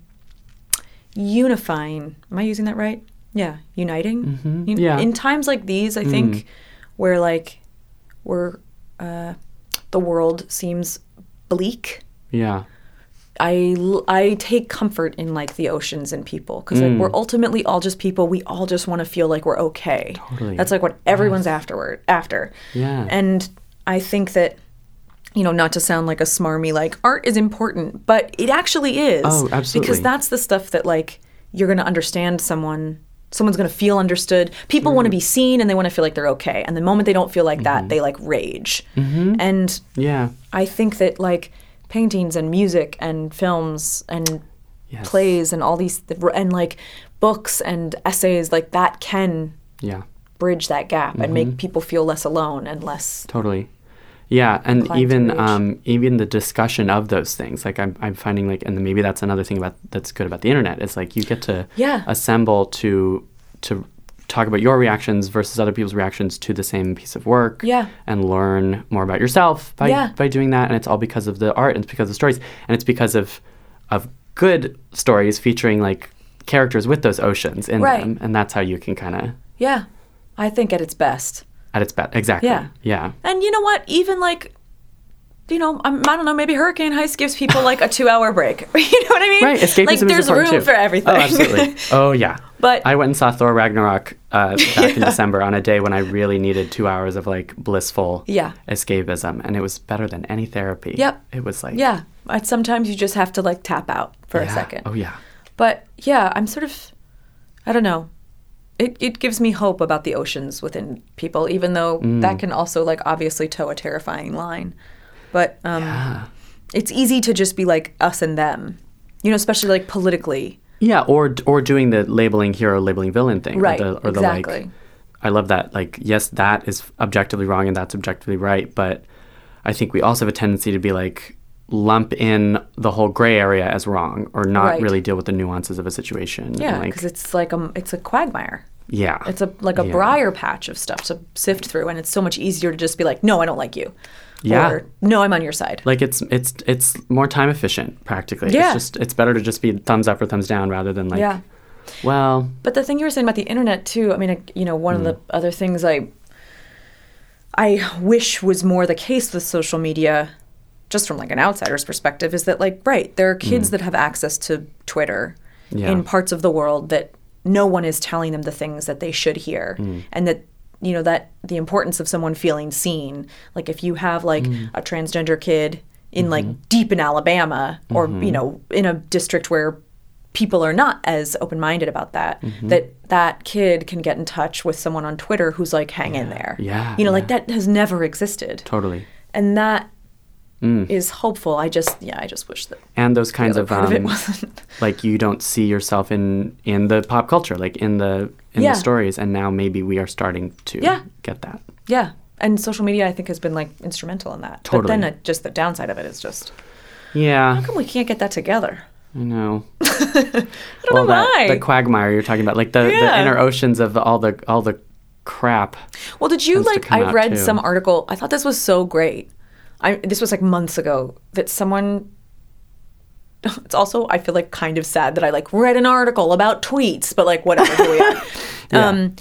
[SPEAKER 2] unifying. Am I using that right? Yeah, uniting. Un-
[SPEAKER 1] yeah.
[SPEAKER 2] In times like these, I think, where like, where uh, the world seems bleak,
[SPEAKER 1] Yeah.
[SPEAKER 2] I l- I take comfort in like the oceans and people because like
[SPEAKER 1] Mm.
[SPEAKER 2] we're ultimately all just people. We all just want to feel like we're okay.
[SPEAKER 1] Totally.
[SPEAKER 2] That's like what everyone's afterward after.
[SPEAKER 1] Yeah.
[SPEAKER 2] And I think that you know not to sound like a smarmy like art is important, but it actually is.
[SPEAKER 1] Oh, absolutely.
[SPEAKER 2] Because that's the stuff that like you're gonna understand someone. Someone's gonna feel understood. People
[SPEAKER 1] Mm.
[SPEAKER 2] want to be seen and they want to feel like they're okay. And the moment they don't feel like
[SPEAKER 1] Mm-hmm.
[SPEAKER 2] that, they like rage. And
[SPEAKER 1] Yeah.
[SPEAKER 2] I think that like paintings and music and films and
[SPEAKER 1] Yes.
[SPEAKER 2] plays and all these and like books and essays like that can
[SPEAKER 1] Yeah.
[SPEAKER 2] bridge that gap and
[SPEAKER 1] Mm-hmm.
[SPEAKER 2] make people feel less alone and less
[SPEAKER 1] Totally. Yeah, and
[SPEAKER 2] Inclined to
[SPEAKER 1] even
[SPEAKER 2] rage.
[SPEAKER 1] um, even the discussion of those things, like I'm, I'm finding like, and maybe that's another thing about that's good about the internet is like you get to
[SPEAKER 2] Yeah.
[SPEAKER 1] assemble to to talk about your reactions versus other people's reactions to the same piece of work,
[SPEAKER 2] Yeah.
[SPEAKER 1] and learn more about yourself by
[SPEAKER 2] Yeah.
[SPEAKER 1] by doing that, and it's all because of the art, and it's because of the stories, and it's because of of good stories featuring like characters with those oceans in
[SPEAKER 2] Right.
[SPEAKER 1] them, and that's how you can kind of
[SPEAKER 2] yeah i think at its best
[SPEAKER 1] at its best exactly
[SPEAKER 2] Yeah.
[SPEAKER 1] yeah
[SPEAKER 2] and you know what even like you know I'm, i don't know maybe hurricane heist gives people like a two hour break you know what i mean
[SPEAKER 1] Right, escapism
[SPEAKER 2] like
[SPEAKER 1] is
[SPEAKER 2] there's room
[SPEAKER 1] important too.
[SPEAKER 2] for everything
[SPEAKER 1] Oh, absolutely. Oh, yeah.
[SPEAKER 2] But-
[SPEAKER 1] I went and saw Thor Ragnarok uh, back in December on a day when I really needed two hours of like blissful
[SPEAKER 2] Yeah.
[SPEAKER 1] escapism, and it was better than any therapy.
[SPEAKER 2] Yep.
[SPEAKER 1] It was like
[SPEAKER 2] yeah I- sometimes you just have to like tap out for a
[SPEAKER 1] yeah.
[SPEAKER 2] second
[SPEAKER 1] Oh yeah.
[SPEAKER 2] but yeah, I'm sort of, I don't know. It, it gives me hope about the oceans within people, even though
[SPEAKER 1] Mm.
[SPEAKER 2] that can also like obviously toe a terrifying line. But um, it's easy to just be like us and them, you know, especially like politically.
[SPEAKER 1] Yeah, or or doing the labeling hero, labeling villain thing,
[SPEAKER 2] Right,
[SPEAKER 1] Or the, or The, like,
[SPEAKER 2] exactly.
[SPEAKER 1] I love that. Like, yes, that is objectively wrong and that's objectively right, but I think we also have a tendency to be like lump in the whole gray area as wrong, or not
[SPEAKER 2] Right.
[SPEAKER 1] really deal with the nuances of a situation.
[SPEAKER 2] Yeah,
[SPEAKER 1] and,
[SPEAKER 2] because
[SPEAKER 1] like,
[SPEAKER 2] it's like a it's a quagmire.
[SPEAKER 1] yeah,
[SPEAKER 2] It's a like a
[SPEAKER 1] Yeah.
[SPEAKER 2] briar patch of stuff to sift through, and it's so much easier to just be like, no, I don't like you.
[SPEAKER 1] Yeah.
[SPEAKER 2] Or, no, I'm on your side.
[SPEAKER 1] like it's it's it's more time efficient practically.
[SPEAKER 2] Yeah.
[SPEAKER 1] It's just it's better to just be thumbs up or thumbs down rather than like
[SPEAKER 2] yeah.
[SPEAKER 1] well
[SPEAKER 2] But the thing you were saying about the internet too, I mean, I- you know, one
[SPEAKER 1] Mm.
[SPEAKER 2] of the other things I I wish was more the case with social media just from like an outsider's perspective is that like right, there are kids that have access to Twitter
[SPEAKER 1] Mm. Yeah.
[SPEAKER 2] in parts of the world that no one is telling them the things that they should hear
[SPEAKER 1] Mm.
[SPEAKER 2] and that you know that the importance of someone feeling seen like if you have like
[SPEAKER 1] Mm.
[SPEAKER 2] a transgender kid in
[SPEAKER 1] Mm-hmm.
[SPEAKER 2] like deep in Alabama or you know in a district where people are not as open-minded about that
[SPEAKER 1] Mm-hmm.
[SPEAKER 2] that that kid can get in touch with someone on Twitter who's like hang in there
[SPEAKER 1] Yeah,
[SPEAKER 2] you know like that has never existed
[SPEAKER 1] totally.
[SPEAKER 2] and that is hopeful I just yeah I just wish that
[SPEAKER 1] And those kinds
[SPEAKER 2] other
[SPEAKER 1] of,
[SPEAKER 2] part of it
[SPEAKER 1] um,
[SPEAKER 2] wasn't.
[SPEAKER 1] like you don't see yourself in in the pop culture, like in the in
[SPEAKER 2] Yeah.
[SPEAKER 1] the stories, and now maybe we are starting to
[SPEAKER 2] Yeah.
[SPEAKER 1] get that.
[SPEAKER 2] Yeah. And social media, I think, has been like instrumental in that. But
[SPEAKER 1] Totally.
[SPEAKER 2] then uh, just the downside of it is just
[SPEAKER 1] Yeah,
[SPEAKER 2] we can't get that together.
[SPEAKER 1] I know.
[SPEAKER 2] know
[SPEAKER 1] well, that,
[SPEAKER 2] why.
[SPEAKER 1] the quagmire you're talking about, like the, the
[SPEAKER 2] Yeah.
[SPEAKER 1] inner oceans of all the all the crap.
[SPEAKER 2] Well, did you
[SPEAKER 1] Tends to
[SPEAKER 2] like?
[SPEAKER 1] come
[SPEAKER 2] I
[SPEAKER 1] out,
[SPEAKER 2] read
[SPEAKER 1] too.
[SPEAKER 2] some article. I thought this was so great. I this was like months ago that someone. It's also I feel like kind of sad that I like read an article about tweets, but like whatever. Here we are. Um,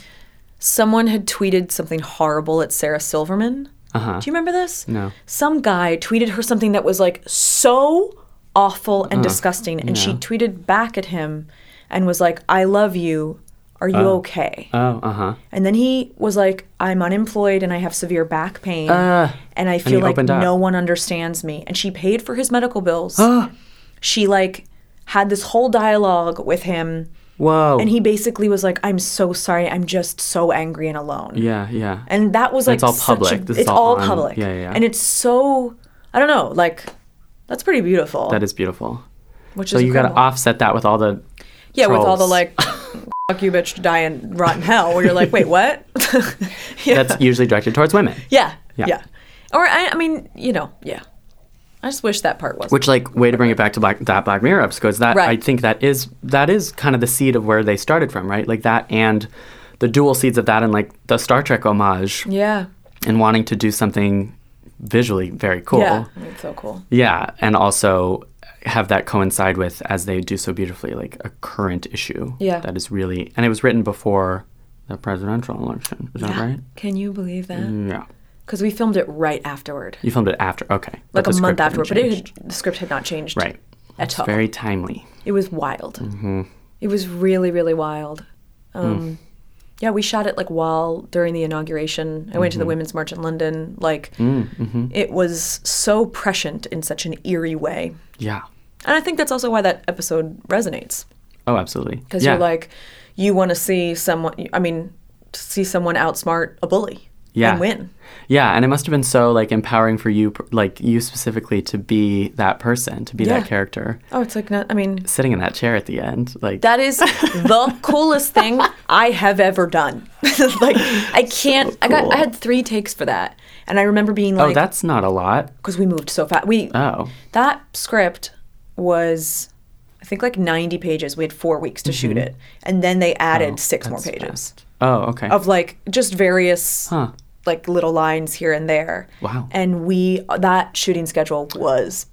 [SPEAKER 2] someone had tweeted something horrible at Sarah Silverman. Do you remember this?
[SPEAKER 1] Uh-huh. No.
[SPEAKER 2] Some guy tweeted her something that was like so awful
[SPEAKER 1] Uh-huh.
[SPEAKER 2] and disgusting, and she tweeted back at him and was like, "I love you. Are you okay?"
[SPEAKER 1] Oh, uh huh.
[SPEAKER 2] And then he was like, I'm unemployed and I have severe back pain. and I feel
[SPEAKER 1] Ah, he
[SPEAKER 2] like
[SPEAKER 1] opened up.
[SPEAKER 2] no one understands me. And she paid for his medical bills. she like had this whole dialogue with him.
[SPEAKER 1] Whoa.
[SPEAKER 2] And he basically was like, I'm so sorry. I'm just so angry and alone.
[SPEAKER 1] yeah, yeah.
[SPEAKER 2] And that was like,
[SPEAKER 1] it's all
[SPEAKER 2] such a-
[SPEAKER 1] public. This is
[SPEAKER 2] it's
[SPEAKER 1] all
[SPEAKER 2] all
[SPEAKER 1] on-
[SPEAKER 2] public.
[SPEAKER 1] yeah, yeah, yeah.
[SPEAKER 2] And it's so I don't know, like that's pretty beautiful.
[SPEAKER 1] That is beautiful.
[SPEAKER 2] which
[SPEAKER 1] So
[SPEAKER 2] is
[SPEAKER 1] you got to
[SPEAKER 2] incredible.
[SPEAKER 1] offset that with all the
[SPEAKER 2] yeah with all the
[SPEAKER 1] trolls.
[SPEAKER 2] like fuck you bitch to die in rotten hell where you're like wait what yeah.
[SPEAKER 1] that's usually directed towards women.
[SPEAKER 2] yeah
[SPEAKER 1] Yeah.
[SPEAKER 2] yeah or I, I mean you know yeah I just wish that part wasn't
[SPEAKER 1] Which like way to bring it back to black that Black Mirror episode is that I
[SPEAKER 2] Right.
[SPEAKER 1] think that is that is kind of the seed of where they started from, right? Like that and the dual seeds of that and like the Star Trek homage
[SPEAKER 2] yeah
[SPEAKER 1] and wanting to do something visually very cool.
[SPEAKER 2] yeah I mean, it's so cool
[SPEAKER 1] Yeah, and also have that coincide with, as they do so beautifully, like a current issue.
[SPEAKER 2] Yeah.
[SPEAKER 1] That is really, and it was written before the presidential election. Is that right? Mm.
[SPEAKER 2] can you believe that
[SPEAKER 1] Yeah.
[SPEAKER 2] because we filmed it right afterward
[SPEAKER 1] You filmed it after. Okay. But
[SPEAKER 2] like
[SPEAKER 1] the
[SPEAKER 2] a month
[SPEAKER 1] script hadn't
[SPEAKER 2] afterward but it
[SPEAKER 1] changed.
[SPEAKER 2] had, the script had not changed
[SPEAKER 1] Right. Mm-hmm.
[SPEAKER 2] at all
[SPEAKER 1] Very timely.
[SPEAKER 2] it was wild it was really really wild
[SPEAKER 1] Mm.
[SPEAKER 2] um, yeah we shot it like while during the inauguration i
[SPEAKER 1] Mm-hmm.
[SPEAKER 2] went to the women's march in london like
[SPEAKER 1] Mm,
[SPEAKER 2] it was so prescient in such an eerie way
[SPEAKER 1] Yeah.
[SPEAKER 2] and i think that's also why that episode resonates
[SPEAKER 1] Oh, absolutely.
[SPEAKER 2] because
[SPEAKER 1] yeah.
[SPEAKER 2] you're like you want to see someone i mean to see someone outsmart a bully
[SPEAKER 1] Yeah.
[SPEAKER 2] and win
[SPEAKER 1] Yeah, and it must have been so like empowering for you, per- like you specifically, to be that person, to be
[SPEAKER 2] Yeah.
[SPEAKER 1] that character,
[SPEAKER 2] oh it's like not, i mean
[SPEAKER 1] sitting in that chair at the end. Like
[SPEAKER 2] That is the coolest thing I have ever done. like I can't. I got. I had three takes for that, and I remember being
[SPEAKER 1] Oh,
[SPEAKER 2] like,
[SPEAKER 1] that's not a lot.
[SPEAKER 2] because we moved so fast. We
[SPEAKER 1] Oh.
[SPEAKER 2] that script was, I think, like ninety pages. We had four weeks to shoot it, and then they added six more
[SPEAKER 1] Mm-hmm. that's
[SPEAKER 2] pages
[SPEAKER 1] fast. Oh, okay.
[SPEAKER 2] of like just various
[SPEAKER 1] Huh.
[SPEAKER 2] like little lines here and there.
[SPEAKER 1] Wow.
[SPEAKER 2] And we that shooting schedule was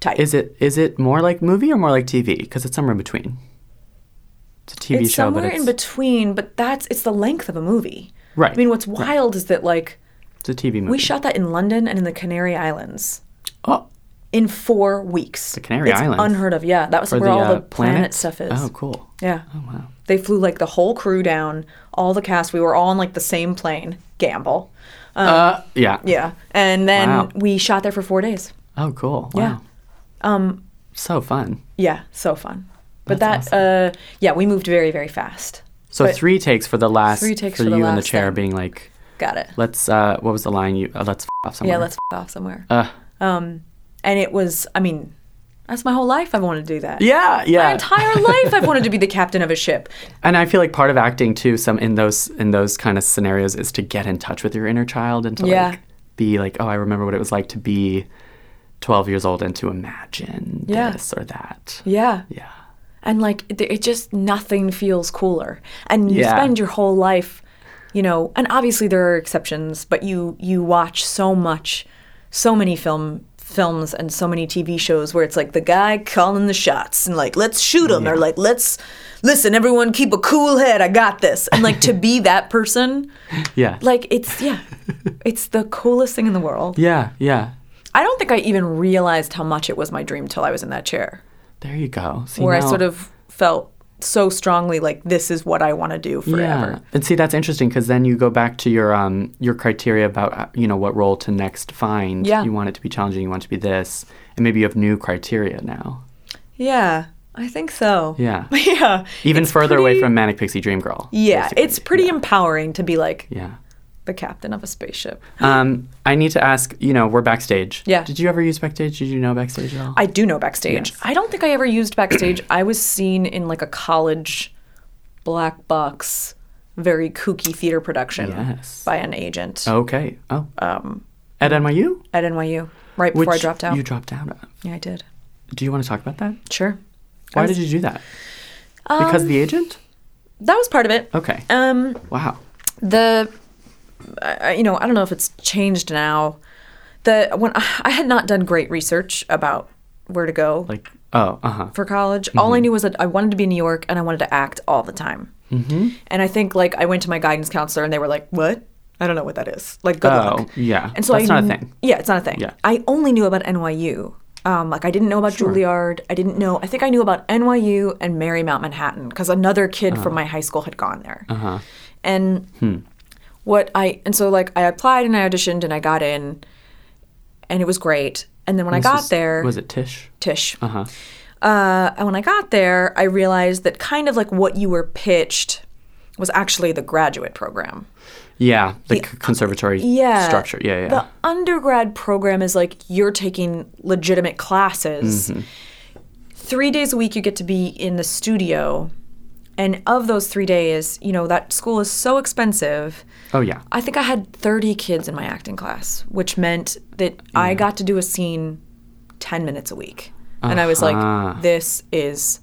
[SPEAKER 2] tight.
[SPEAKER 1] Is it is it more like movie or more like TV? Because it's somewhere in between. It's a TV
[SPEAKER 2] it's
[SPEAKER 1] show,
[SPEAKER 2] somewhere
[SPEAKER 1] but it's,
[SPEAKER 2] in between but that's it's the length of a movie
[SPEAKER 1] Right.
[SPEAKER 2] i mean what's wild is that like
[SPEAKER 1] it's a TV movie.
[SPEAKER 2] we shot that in london and in the canary islands
[SPEAKER 1] oh,
[SPEAKER 2] in four weeks the
[SPEAKER 1] Canary Islands?
[SPEAKER 2] unheard of yeah that was
[SPEAKER 1] for
[SPEAKER 2] where all
[SPEAKER 1] uh,
[SPEAKER 2] the planet stuff is
[SPEAKER 1] Oh, cool.
[SPEAKER 2] yeah
[SPEAKER 1] Oh, wow.
[SPEAKER 2] they flew like the whole crew down all the cast we were all on like the same plane gamble
[SPEAKER 1] Uh, yeah.
[SPEAKER 2] Um, yeah and then
[SPEAKER 1] Wow.
[SPEAKER 2] we shot there for four days
[SPEAKER 1] Oh, cool. Wow.
[SPEAKER 2] Yeah. um
[SPEAKER 1] So fun.
[SPEAKER 2] yeah so fun but
[SPEAKER 1] That's
[SPEAKER 2] that uh yeah we moved very very fast
[SPEAKER 1] So
[SPEAKER 2] But-
[SPEAKER 1] three takes for the last.
[SPEAKER 2] Three takes
[SPEAKER 1] for,
[SPEAKER 2] for the
[SPEAKER 1] you in the
[SPEAKER 2] last
[SPEAKER 1] chair,
[SPEAKER 2] thing.
[SPEAKER 1] being like,
[SPEAKER 2] got it
[SPEAKER 1] let's. Uh, what was the line? You uh, let's f- off somewhere.
[SPEAKER 2] Yeah, let's f- off somewhere.
[SPEAKER 1] Uh.
[SPEAKER 2] Um, and it was, I mean, that's my whole life. I've wanted to do that.
[SPEAKER 1] Yeah, yeah.
[SPEAKER 2] My entire life, I've wanted to be the captain of a ship.
[SPEAKER 1] And I feel like part of acting too, some in those in those kind of scenarios, is to get in touch with your inner child and to
[SPEAKER 2] Yeah.
[SPEAKER 1] like be like, oh, I remember what it was like to be twelve years old and to imagine
[SPEAKER 2] Yeah.
[SPEAKER 1] this or that.
[SPEAKER 2] Yeah.
[SPEAKER 1] Yeah.
[SPEAKER 2] And like, it, it just nothing feels cooler. And you
[SPEAKER 1] Yeah.
[SPEAKER 2] spend your whole life, you know. And obviously there are exceptions, but you you watch so much, so many film films and so many TV shows where it's like the guy calling the shots and like let's shoot him or like let's listen everyone keep a cool head I got this and like to be that person
[SPEAKER 1] Yeah.
[SPEAKER 2] like it's yeah it's the coolest thing in the world
[SPEAKER 1] yeah, yeah.
[SPEAKER 2] i don't think i even realized how much it was my dream till i was in that chair
[SPEAKER 1] There you go. See,
[SPEAKER 2] where i
[SPEAKER 1] now-
[SPEAKER 2] sort of felt so strongly like this is what i want to do
[SPEAKER 1] yeah.
[SPEAKER 2] forever
[SPEAKER 1] And see, that's interesting because then you go back to your um your criteria about uh, you know what role to next find.
[SPEAKER 2] Yeah.
[SPEAKER 1] You want it to be challenging. You want it to be this, and maybe you have new criteria now.
[SPEAKER 2] yeah, i think so
[SPEAKER 1] Yeah.
[SPEAKER 2] yeah
[SPEAKER 1] Even
[SPEAKER 2] It's
[SPEAKER 1] further away
[SPEAKER 2] pretty-
[SPEAKER 1] from Manic Pixie Dream Girl.
[SPEAKER 2] yeah
[SPEAKER 1] basically.
[SPEAKER 2] it's pretty empowering to be like
[SPEAKER 1] Yeah.
[SPEAKER 2] the captain of a spaceship
[SPEAKER 1] Um, I need to ask. You know, we're backstage.
[SPEAKER 2] Yeah.
[SPEAKER 1] Did you ever use backstage? Did you know backstage at all?
[SPEAKER 2] I do know backstage.
[SPEAKER 1] Yes.
[SPEAKER 2] I don't think I ever used backstage. I was seen in like a college black box, very kooky theater production
[SPEAKER 1] Yes.
[SPEAKER 2] by an agent
[SPEAKER 1] okay. Oh. Um, at NYU.
[SPEAKER 2] at NYU right before I
[SPEAKER 1] Which
[SPEAKER 2] dropped out.
[SPEAKER 1] You dropped out of.
[SPEAKER 2] yeah, I did.
[SPEAKER 1] Do you want to talk about that?
[SPEAKER 2] Sure.
[SPEAKER 1] Why did you do that?
[SPEAKER 2] Um,
[SPEAKER 1] Because the agent?
[SPEAKER 2] That was part of it.
[SPEAKER 1] Okay.
[SPEAKER 2] Um,
[SPEAKER 1] wow.
[SPEAKER 2] the uh, you know i don't know if it's changed now the when i had not done great research about where to go
[SPEAKER 1] Like, oh, uh huh.
[SPEAKER 2] for college all
[SPEAKER 1] Mm-hmm.
[SPEAKER 2] i knew was that i wanted to be in new york and i wanted to act all the time mm-hmm. and i think like i went to my guidance counselor and they were like what i don't know what that is like good
[SPEAKER 1] Oh,
[SPEAKER 2] luck
[SPEAKER 1] yeah.
[SPEAKER 2] and so
[SPEAKER 1] That's
[SPEAKER 2] I
[SPEAKER 1] not a
[SPEAKER 2] kn-
[SPEAKER 1] thing.
[SPEAKER 2] yeah it's not a thing
[SPEAKER 1] Yeah.
[SPEAKER 2] i only knew about nyu um, like i didn't know about juilliard i didn't know i think i knew about nyu and marymount manhattan because another kid from
[SPEAKER 1] Uh-huh.
[SPEAKER 2] my high school had gone there uh-huh. and
[SPEAKER 1] Hmm.
[SPEAKER 2] what I and so like I applied and I auditioned and I got in, and it was great. And then when I
[SPEAKER 1] This
[SPEAKER 2] got
[SPEAKER 1] is-
[SPEAKER 2] there,
[SPEAKER 1] Was it Tish?
[SPEAKER 2] Tish?
[SPEAKER 1] Uh huh.
[SPEAKER 2] Uh, and when I got there, I realized that kind of like what you were pitched was actually the graduate program.
[SPEAKER 1] Yeah, the c- conservatory
[SPEAKER 2] yeah
[SPEAKER 1] structure. Yeah, yeah.
[SPEAKER 2] the undergrad program is like you're taking legitimate classes
[SPEAKER 1] Mm-hmm.
[SPEAKER 2] three days a week you get to be in the studio and of those three days you know that school is so expensive
[SPEAKER 1] oh, yeah.
[SPEAKER 2] i think i had 30 kids in my acting class which meant that i got to do a scene 10 minutes a week and i was
[SPEAKER 1] Uh-huh.
[SPEAKER 2] like this is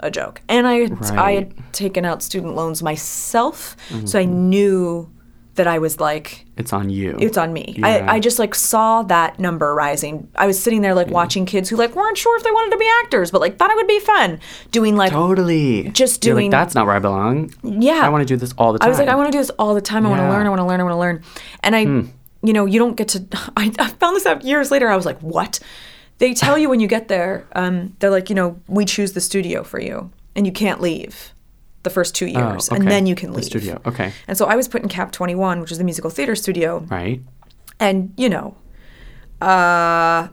[SPEAKER 2] a joke and i had, i
[SPEAKER 1] Right. Mm-hmm.
[SPEAKER 2] had taken out student loans myself so i knew that i was like
[SPEAKER 1] It's on you.
[SPEAKER 2] it's on me.
[SPEAKER 1] Yeah.
[SPEAKER 2] I, I just like saw that number rising. I was sitting there like watching kids who like weren't sure if they wanted to be actors, but like thought it would be fun doing like
[SPEAKER 1] Totally.
[SPEAKER 2] Just
[SPEAKER 1] You're
[SPEAKER 2] doing-
[SPEAKER 1] like, that's not where I belong.
[SPEAKER 2] yeah.
[SPEAKER 1] I want to do this all the time.
[SPEAKER 2] I was like, I want to do this all the time. I want to
[SPEAKER 1] Yeah. Hmm.
[SPEAKER 2] learn. I want to learn. I want to learn. And I, you know, you don't get to. I, I found this out years later. I was like, what? They tell you when you get there. Um, they're like, you know, we choose the studio for you, and you can't leave the first two
[SPEAKER 1] Oh,
[SPEAKER 2] years,
[SPEAKER 1] okay.
[SPEAKER 2] and then you can
[SPEAKER 1] The
[SPEAKER 2] leave
[SPEAKER 1] studio, okay.
[SPEAKER 2] And so I was put in Cap Twenty One, which is the musical theater studio.
[SPEAKER 1] Right.
[SPEAKER 2] and you know, uh,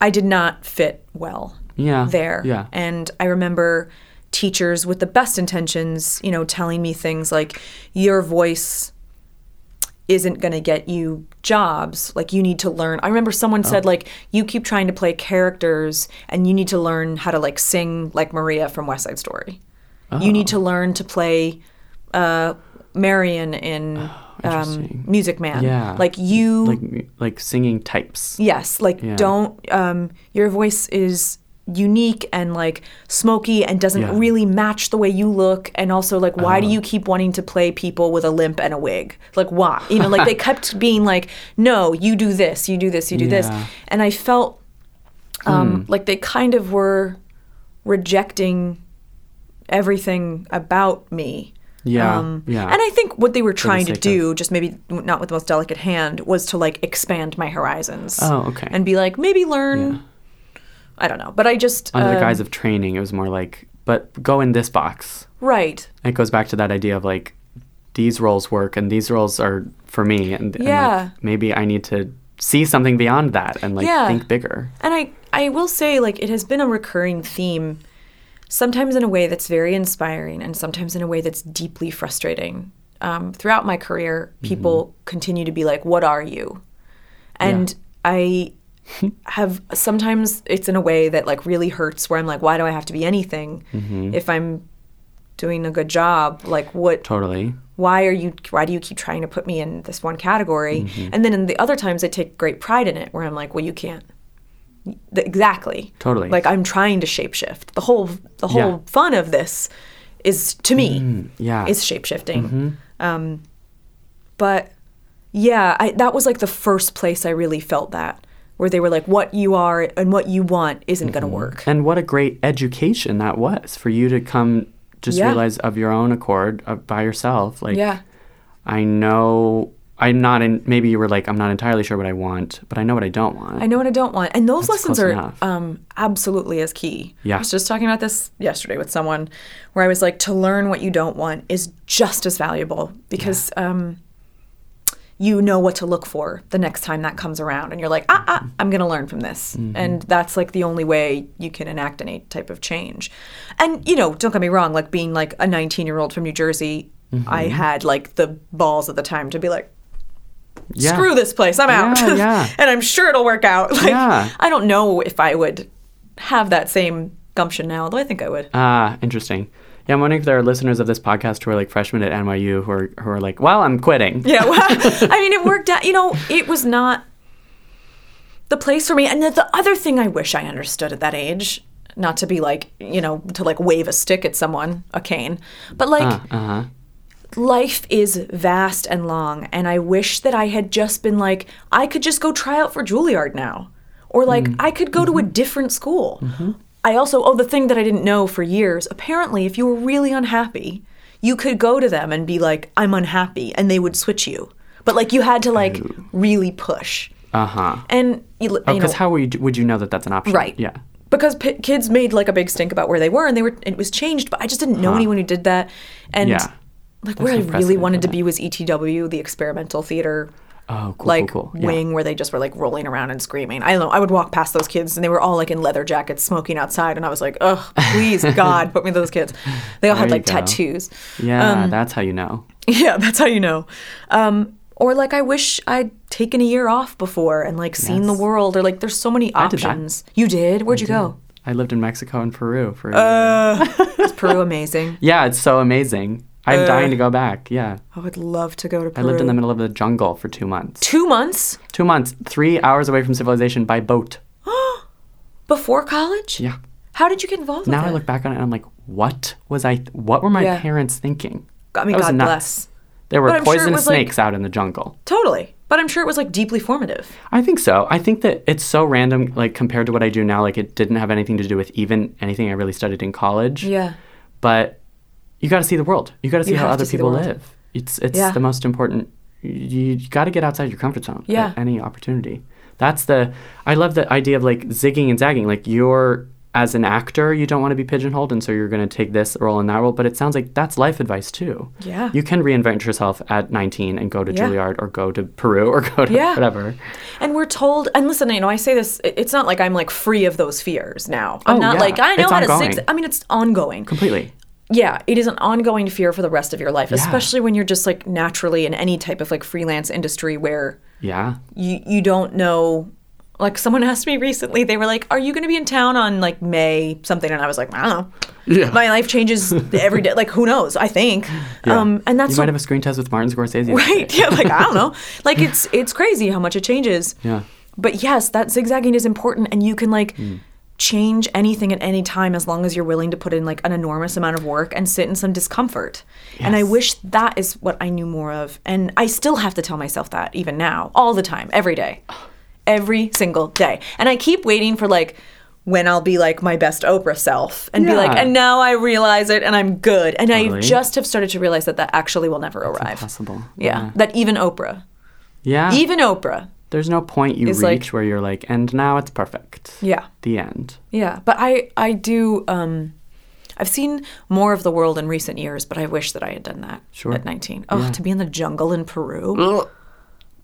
[SPEAKER 2] I did not fit well
[SPEAKER 1] Yeah,
[SPEAKER 2] there.
[SPEAKER 1] yeah.
[SPEAKER 2] And I remember teachers with the best intentions, you know, telling me things like, your voice isn't going to get you jobs. Like, you need to learn. I remember someone
[SPEAKER 1] Oh.
[SPEAKER 2] said, like, you keep trying to play characters and you need to learn how to, like, sing like Maria from West Side Story. You need
[SPEAKER 1] Oh.
[SPEAKER 2] to learn to play uh, Marion in um,
[SPEAKER 1] Oh, interesting.
[SPEAKER 2] Music Man.
[SPEAKER 1] Yeah.
[SPEAKER 2] Like, you.
[SPEAKER 1] Like like singing types.
[SPEAKER 2] Yes, like don't um your voice is unique and like smoky and doesn't
[SPEAKER 1] Yeah. Uh-huh.
[SPEAKER 2] really match the way you look and also like why do you keep wanting to play people with a limp and a wig? Like why? You know, like they kept being like no, you do this, you do this, you do
[SPEAKER 1] Yeah. Hmm.
[SPEAKER 2] this. And I felt um like they kind of were rejecting everything about me.
[SPEAKER 1] Yeah.
[SPEAKER 2] Um,
[SPEAKER 1] yeah.
[SPEAKER 2] And I think what they were trying to
[SPEAKER 1] sake
[SPEAKER 2] do, just maybe not with the most delicate hand, was to like expand my horizons.
[SPEAKER 1] Oh, okay.
[SPEAKER 2] And be like, maybe learn. I don't know, but I just
[SPEAKER 1] under the
[SPEAKER 2] um,
[SPEAKER 1] guise of training, it was more like, but go in this box.
[SPEAKER 2] right.
[SPEAKER 1] And it goes back to that idea of like, these roles work and these roles are for me. And, and, like,
[SPEAKER 2] Yeah.
[SPEAKER 1] maybe I need to see something beyond that and like
[SPEAKER 2] Yeah.
[SPEAKER 1] think bigger.
[SPEAKER 2] And I I will say like it has been a recurring theme, sometimes in a way that's very inspiring, and sometimes in a way that's deeply frustrating. Um, throughout my career, people continue to be like, "What are you?" And I have sometimes it's in a way that like really hurts where I'm like, why do I have to be anything if I'm doing a good job? Like what
[SPEAKER 1] Totally.
[SPEAKER 2] why are you why do you keep trying to put me in this one category?
[SPEAKER 1] Mm-hmm.
[SPEAKER 2] And then in the other times I take great pride in it where I'm like, well you can't. Th- Exactly.
[SPEAKER 1] Totally.
[SPEAKER 2] Like I'm trying to shapeshift. The whole the whole
[SPEAKER 1] Yeah. Mm.
[SPEAKER 2] fun of this is to me
[SPEAKER 1] Yeah.
[SPEAKER 2] is shapeshifting.
[SPEAKER 1] Mm-hmm.
[SPEAKER 2] Um, but yeah, I, that was like the first place I really felt that, where they were like, "What you are and what you want isn't
[SPEAKER 1] Mm-hmm.
[SPEAKER 2] going to work."
[SPEAKER 1] and what a great education that was for you to come just
[SPEAKER 2] Yeah.
[SPEAKER 1] realize of your own accord uh, by yourself. Like,
[SPEAKER 2] Yeah,
[SPEAKER 1] I know I'm not in. Maybe you were like, I'm not entirely sure what I want, but I know what I don't want.
[SPEAKER 2] I know what I don't want, and those lessons
[SPEAKER 1] close
[SPEAKER 2] are
[SPEAKER 1] enough.
[SPEAKER 2] um, absolutely as key.
[SPEAKER 1] Yeah.
[SPEAKER 2] I was just talking about this yesterday with someone, where I was like, "To learn what you don't want is just as valuable because." Um, you know what to look for the next time that comes around and you're like ah, ah i'm going to learn from this
[SPEAKER 1] Mm-hmm.
[SPEAKER 2] and that's like the only way you can enact any type of change and you know don't get me wrong like being like a 19 year old from new jersey
[SPEAKER 1] Mm-hmm.
[SPEAKER 2] i had like the balls at the time to be like
[SPEAKER 1] Yeah.
[SPEAKER 2] screw this place i'm out
[SPEAKER 1] Yeah, yeah.
[SPEAKER 2] and i'm sure it'll work out like
[SPEAKER 1] Yeah.
[SPEAKER 2] i don't know if i would have that same gumption now although i think i would
[SPEAKER 1] Ah, interesting. Yeah, I'm wondering if there are listeners of this podcast who are like freshmen at NYU who are who are like, "Well, I'm quitting."
[SPEAKER 2] Yeah. Well, I mean, it worked out. You know, it was not the place for me. And the, the other thing I wish I understood at that age, not to be like, you know, to like wave a stick at someone, a cane, but like,
[SPEAKER 1] Uh-huh.
[SPEAKER 2] life is vast and long. And I wish that I had just been like, I could just go try out for Juilliard now. Or like, I could go to a different school. I also, oh, the thing that I didn't know for years apparently, if you were really unhappy, you could go to them and be like, I'm unhappy. And they would switch you. But like, you had to like really push.
[SPEAKER 1] Uh-huh.
[SPEAKER 2] And you, you know.
[SPEAKER 1] Because how would you, would you know that that's an option?
[SPEAKER 2] Right.
[SPEAKER 1] Yeah.
[SPEAKER 2] Because p- kids made like a big stink about where they were, and they were it was changed. But I just didn't know anyone who did that. And
[SPEAKER 1] Uh-huh. Yeah.
[SPEAKER 2] like where I
[SPEAKER 1] some
[SPEAKER 2] really
[SPEAKER 1] precedent
[SPEAKER 2] wanted
[SPEAKER 1] for
[SPEAKER 2] to
[SPEAKER 1] that.
[SPEAKER 2] be was ETW, the experimental theater.
[SPEAKER 1] Oh, cool,
[SPEAKER 2] like
[SPEAKER 1] cool, cool. Yeah.
[SPEAKER 2] wing where they just were like rolling around and screaming. I don't know. I would walk past those kids and they were all like in leather jackets smoking outside, and I was like, "Ugh, please God, put me to those kids." They all had
[SPEAKER 1] There you
[SPEAKER 2] like
[SPEAKER 1] go.
[SPEAKER 2] tattoos.
[SPEAKER 1] Yeah, that's how you know.
[SPEAKER 2] Yeah, that's how you know. Um, or like I wish I'd taken a year off before and like seen the
[SPEAKER 1] Yes.
[SPEAKER 2] world or like there's so many
[SPEAKER 1] did that.
[SPEAKER 2] options. You did? Where'd you go?
[SPEAKER 1] I lived in Mexico and Peru for. a
[SPEAKER 2] Uh,
[SPEAKER 1] year.
[SPEAKER 2] Is Peru amazing?
[SPEAKER 1] yeah, it's so amazing. I'm dying to go back. Yeah,
[SPEAKER 2] I would love to go to
[SPEAKER 1] I
[SPEAKER 2] uh, Peru.
[SPEAKER 1] lived in the middle of the jungle for two months.
[SPEAKER 2] two months
[SPEAKER 1] Two months, three hours away from civilization by boat.
[SPEAKER 2] before college?
[SPEAKER 1] Yeah.
[SPEAKER 2] How did you get involved
[SPEAKER 1] Now
[SPEAKER 2] with
[SPEAKER 1] I
[SPEAKER 2] it?
[SPEAKER 1] look back on it and I'm like, what was I? what were my
[SPEAKER 2] Yeah.
[SPEAKER 1] parents thinking?
[SPEAKER 2] I mean,
[SPEAKER 1] that was
[SPEAKER 2] God
[SPEAKER 1] nuts.
[SPEAKER 2] bless.
[SPEAKER 1] There
[SPEAKER 2] But
[SPEAKER 1] were
[SPEAKER 2] I'm sure it
[SPEAKER 1] poisonous
[SPEAKER 2] was, like-
[SPEAKER 1] snakes out in the jungle.
[SPEAKER 2] Totally. But I'm sure it was like deeply formative.
[SPEAKER 1] I think so. I think that it's so random, like compared to what I do now. Like it didn't have anything to do with even anything I really studied in college.
[SPEAKER 2] Yeah.
[SPEAKER 1] But you got to see the world. You got to see how
[SPEAKER 2] have
[SPEAKER 1] other
[SPEAKER 2] to see the
[SPEAKER 1] people
[SPEAKER 2] world.
[SPEAKER 1] live. It's it's
[SPEAKER 2] Yeah.
[SPEAKER 1] the most important. You, you got to get outside your comfort zone. at
[SPEAKER 2] Yeah.
[SPEAKER 1] any opportunity. That's the. I love the idea of like zigging and zagging. Like you're as an actor, you don't want to be pigeonholed, and so you're going to take this role and that role. But it sounds like that's life advice too.
[SPEAKER 2] Yeah.
[SPEAKER 1] You can reinvent yourself at 19 and go to
[SPEAKER 2] Yeah.
[SPEAKER 1] Juilliard or go to Peru or go to
[SPEAKER 2] Yeah.
[SPEAKER 1] whatever.
[SPEAKER 2] And we're told, and listen, you know, I say this, it- it's not like I'm like free of those fears now. I'm
[SPEAKER 1] Oh,
[SPEAKER 2] not
[SPEAKER 1] yeah.
[SPEAKER 2] like, I know
[SPEAKER 1] It's
[SPEAKER 2] how to
[SPEAKER 1] ongoing.
[SPEAKER 2] zig. I mean, it's ongoing.
[SPEAKER 1] Completely.
[SPEAKER 2] yeah, it is an ongoing fear for the rest of your life, especially when you're just like naturally in any type of like freelance industry where
[SPEAKER 1] Yeah.
[SPEAKER 2] you you don't know. Like someone asked me recently, they were like, "Are you going to be in town on like May something?" And I was like, "I don't know.
[SPEAKER 1] Yeah.
[SPEAKER 2] My life changes every day. Like who knows? I think." Um, and that's
[SPEAKER 1] you
[SPEAKER 2] so-
[SPEAKER 1] might have a screen test with Martin Scorsese.
[SPEAKER 2] right. Yeah, like I don't know. Like it's it's crazy how much it changes.
[SPEAKER 1] Yeah. Hmm.
[SPEAKER 2] But yes, that zigzagging is important, and you can like change anything at any time as long as you're willing to put in like an enormous amount of work and sit in some discomfort. And I wish that is what I knew more of, and I still have to tell myself that even now, all the time, every day, every single day, and I keep waiting for like. When I'll be like my best Oprah self and be like,
[SPEAKER 1] Yeah.
[SPEAKER 2] and now I realize it and I'm good. And I
[SPEAKER 1] Totally.
[SPEAKER 2] just have started to realize that that actually will never arrive.
[SPEAKER 1] Possible.
[SPEAKER 2] Yeah. That even Oprah.
[SPEAKER 1] Yeah.
[SPEAKER 2] Even Oprah.
[SPEAKER 1] There's no point you
[SPEAKER 2] is,
[SPEAKER 1] reach
[SPEAKER 2] like-
[SPEAKER 1] where you're like, and now it's perfect.
[SPEAKER 2] Yeah.
[SPEAKER 1] The end.
[SPEAKER 2] Yeah. But I I do um I've seen more of the world in recent years, but I wish that I had done that
[SPEAKER 1] Sure. Mm.
[SPEAKER 2] at 19. Oh, to be in the jungle in Peru.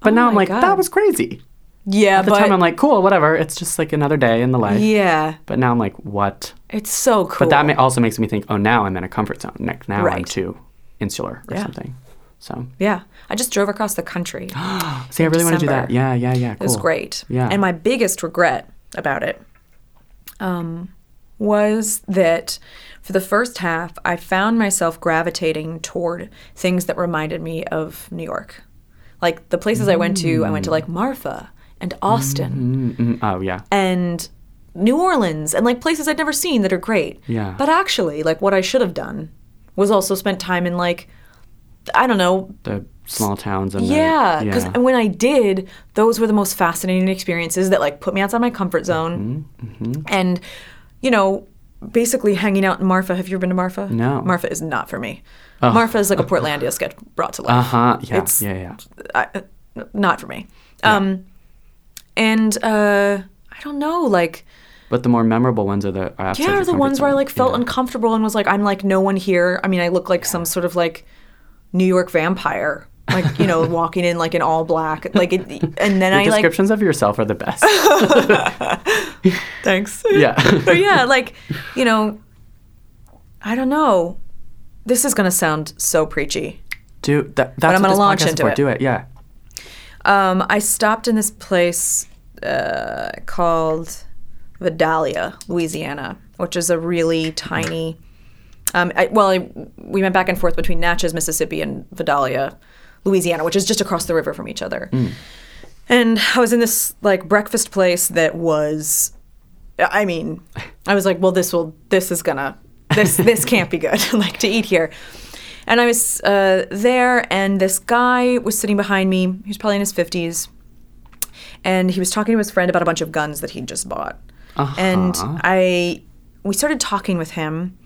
[SPEAKER 1] But now I'm
[SPEAKER 2] Oh my
[SPEAKER 1] like,
[SPEAKER 2] God.
[SPEAKER 1] that was crazy.
[SPEAKER 2] Yeah,
[SPEAKER 1] At the
[SPEAKER 2] but
[SPEAKER 1] time I'm like, cool, whatever. It's just like another day in the life.
[SPEAKER 2] yeah,
[SPEAKER 1] But now I'm like, what?
[SPEAKER 2] it's so cool.
[SPEAKER 1] But that ma- also makes me think, oh, now I'm in a comfort zone. Like, now I'm
[SPEAKER 2] Right.
[SPEAKER 1] too insular or
[SPEAKER 2] Yeah.
[SPEAKER 1] something. So,
[SPEAKER 2] yeah, I just drove across the country.
[SPEAKER 1] see, I really want to do
[SPEAKER 2] December.
[SPEAKER 1] that. Yeah, yeah, yeah. Cool.
[SPEAKER 2] It was great.
[SPEAKER 1] Yeah.
[SPEAKER 2] And my biggest regret about it um, was that for the first half, I found myself gravitating toward things that reminded me of New York. Like the places I went to, I went to like Marfa and Austin
[SPEAKER 1] Mm, oh, yeah.
[SPEAKER 2] and New Orleans and like places I'd never seen that are great.
[SPEAKER 1] Yeah.
[SPEAKER 2] But actually, like what I should have done was also spent time in like, I don't know,
[SPEAKER 1] The small towns and
[SPEAKER 2] yeah,
[SPEAKER 1] the,
[SPEAKER 2] because when I did, those were the most fascinating experiences that like put me outside my
[SPEAKER 1] Mm-hmm,
[SPEAKER 2] comfort zone, and you know, basically hanging out in Marfa. Have you ever been to Marfa?
[SPEAKER 1] No. Oh.
[SPEAKER 2] Marfa is not for me. Marfa is like a Portlandia sketch brought to life.
[SPEAKER 1] Uh huh. Yeah,
[SPEAKER 2] It's-
[SPEAKER 1] yeah, yeah.
[SPEAKER 2] I, uh, not for me. Um, and uh, I don't know, like
[SPEAKER 1] But the more memorable ones are the are outside
[SPEAKER 2] yeah,
[SPEAKER 1] your
[SPEAKER 2] or the
[SPEAKER 1] comfort
[SPEAKER 2] ones where I
[SPEAKER 1] zone.
[SPEAKER 2] like felt
[SPEAKER 1] Yeah.
[SPEAKER 2] uncomfortable and was like, I'm like no one here. I mean, I look like some sort of like New York vampire, like you know, walking in like in all black, like it, and then I like
[SPEAKER 1] Descriptions of yourself are the best.
[SPEAKER 2] thanks.
[SPEAKER 1] yeah.
[SPEAKER 2] but yeah, like you know, I don't know. This is gonna sound so preachy.
[SPEAKER 1] Do that. That's
[SPEAKER 2] I'm
[SPEAKER 1] what
[SPEAKER 2] gonna
[SPEAKER 1] this
[SPEAKER 2] launch
[SPEAKER 1] podcast is
[SPEAKER 2] into
[SPEAKER 1] for.
[SPEAKER 2] it.
[SPEAKER 1] Do it. Yeah.
[SPEAKER 2] Um, I stopped in this place uh, called Vidalia, Louisiana, which is a really tiny. Um, I, well, I, we went back and forth between Natchez, Mississippi, and Vidalia, Louisiana, which is just across the river from each other. And I was in this like breakfast place that was, I mean, I was like, well, this will, this is gonna, this this can't be good, like to eat here. And I was uh, there, and this guy was sitting behind me. He was probably in his fifties, and he was talking to his friend about a bunch of guns that he'd just bought. And I, we started talking with him,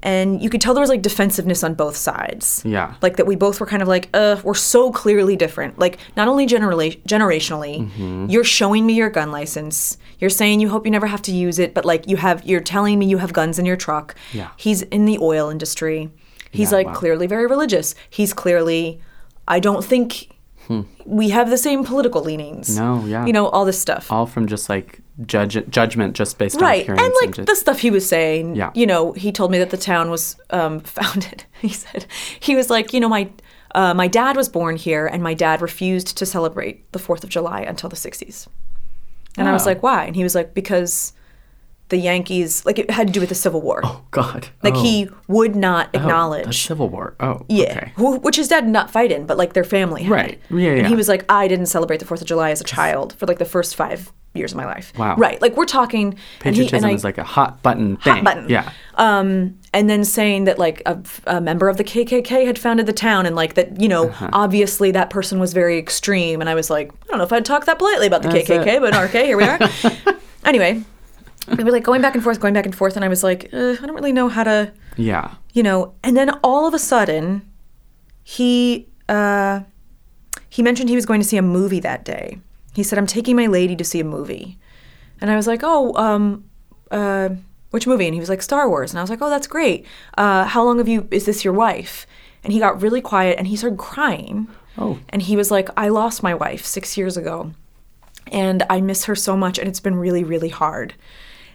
[SPEAKER 2] and you could tell there was like defensiveness on both sides.
[SPEAKER 1] Yeah.
[SPEAKER 2] Like that we both were kind of like, uh, we're so clearly different. Like not only generally generationally,
[SPEAKER 1] Mm-hmm.
[SPEAKER 2] you're showing me your gun license. You're saying you hope you never have to use it, but like you have, you're telling me you have guns in your truck.
[SPEAKER 1] Yeah.
[SPEAKER 2] He's in the oil industry. He's like
[SPEAKER 1] wow.
[SPEAKER 2] clearly very religious. He's clearly, I don't think we have the same political leanings.
[SPEAKER 1] Hmm. No, yeah.
[SPEAKER 2] You know, all this stuff.
[SPEAKER 1] All from just like judge judgment, just based on
[SPEAKER 2] Right,
[SPEAKER 1] appearance.
[SPEAKER 2] and like
[SPEAKER 1] ju-
[SPEAKER 2] the stuff he was saying,
[SPEAKER 1] Yeah.
[SPEAKER 2] you know, he told me that the town was um, founded. He said he was like, you know, my Uh, my dad was born here, and my dad refused to celebrate the 4th of July until the 60s. And I was
[SPEAKER 1] Wow.
[SPEAKER 2] like, why? And he was like, because the Yankees, like, it had to do with the Civil War.
[SPEAKER 1] Oh God.
[SPEAKER 2] like,
[SPEAKER 1] Oh.
[SPEAKER 2] he would not
[SPEAKER 1] Oh,
[SPEAKER 2] acknowledge.
[SPEAKER 1] the Civil War. Oh.
[SPEAKER 2] Yeah,
[SPEAKER 1] Okay.
[SPEAKER 2] wh- which his dad did not fight in, but like their family. Had.
[SPEAKER 1] Right. Yeah,
[SPEAKER 2] And
[SPEAKER 1] yeah.
[SPEAKER 2] he was like, I didn't celebrate the Fourth of July as a child for like the first five years of my life.
[SPEAKER 1] Wow.
[SPEAKER 2] Right. Like we're talking and he- and
[SPEAKER 1] Patriotism
[SPEAKER 2] I-
[SPEAKER 1] is like a hot button thing.
[SPEAKER 2] button.
[SPEAKER 1] Yeah.
[SPEAKER 2] um, and then saying that like a, a member of the KKK had founded the town, and like that you know
[SPEAKER 1] Uh-huh.
[SPEAKER 2] obviously that person was very extreme, and I was like, I don't know if I'd talk that politely about the
[SPEAKER 1] That's
[SPEAKER 2] KKK,
[SPEAKER 1] it.
[SPEAKER 2] but okay, here we are. anyway, we were like going back and forth, going back and forth, and I was like, uh, I don't really know how to
[SPEAKER 1] Yeah.
[SPEAKER 2] you know and then all of a sudden he uh he mentioned he was going to see a movie that day he said i'm taking my lady to see a movie and i was like oh um uh which movie and he was like star wars and i was like oh that's great uh how long have you is this your wife and he got really quiet and he started crying
[SPEAKER 1] Oh.
[SPEAKER 2] and he was like i lost my wife six years ago and I miss her so much, and it's been really, really hard.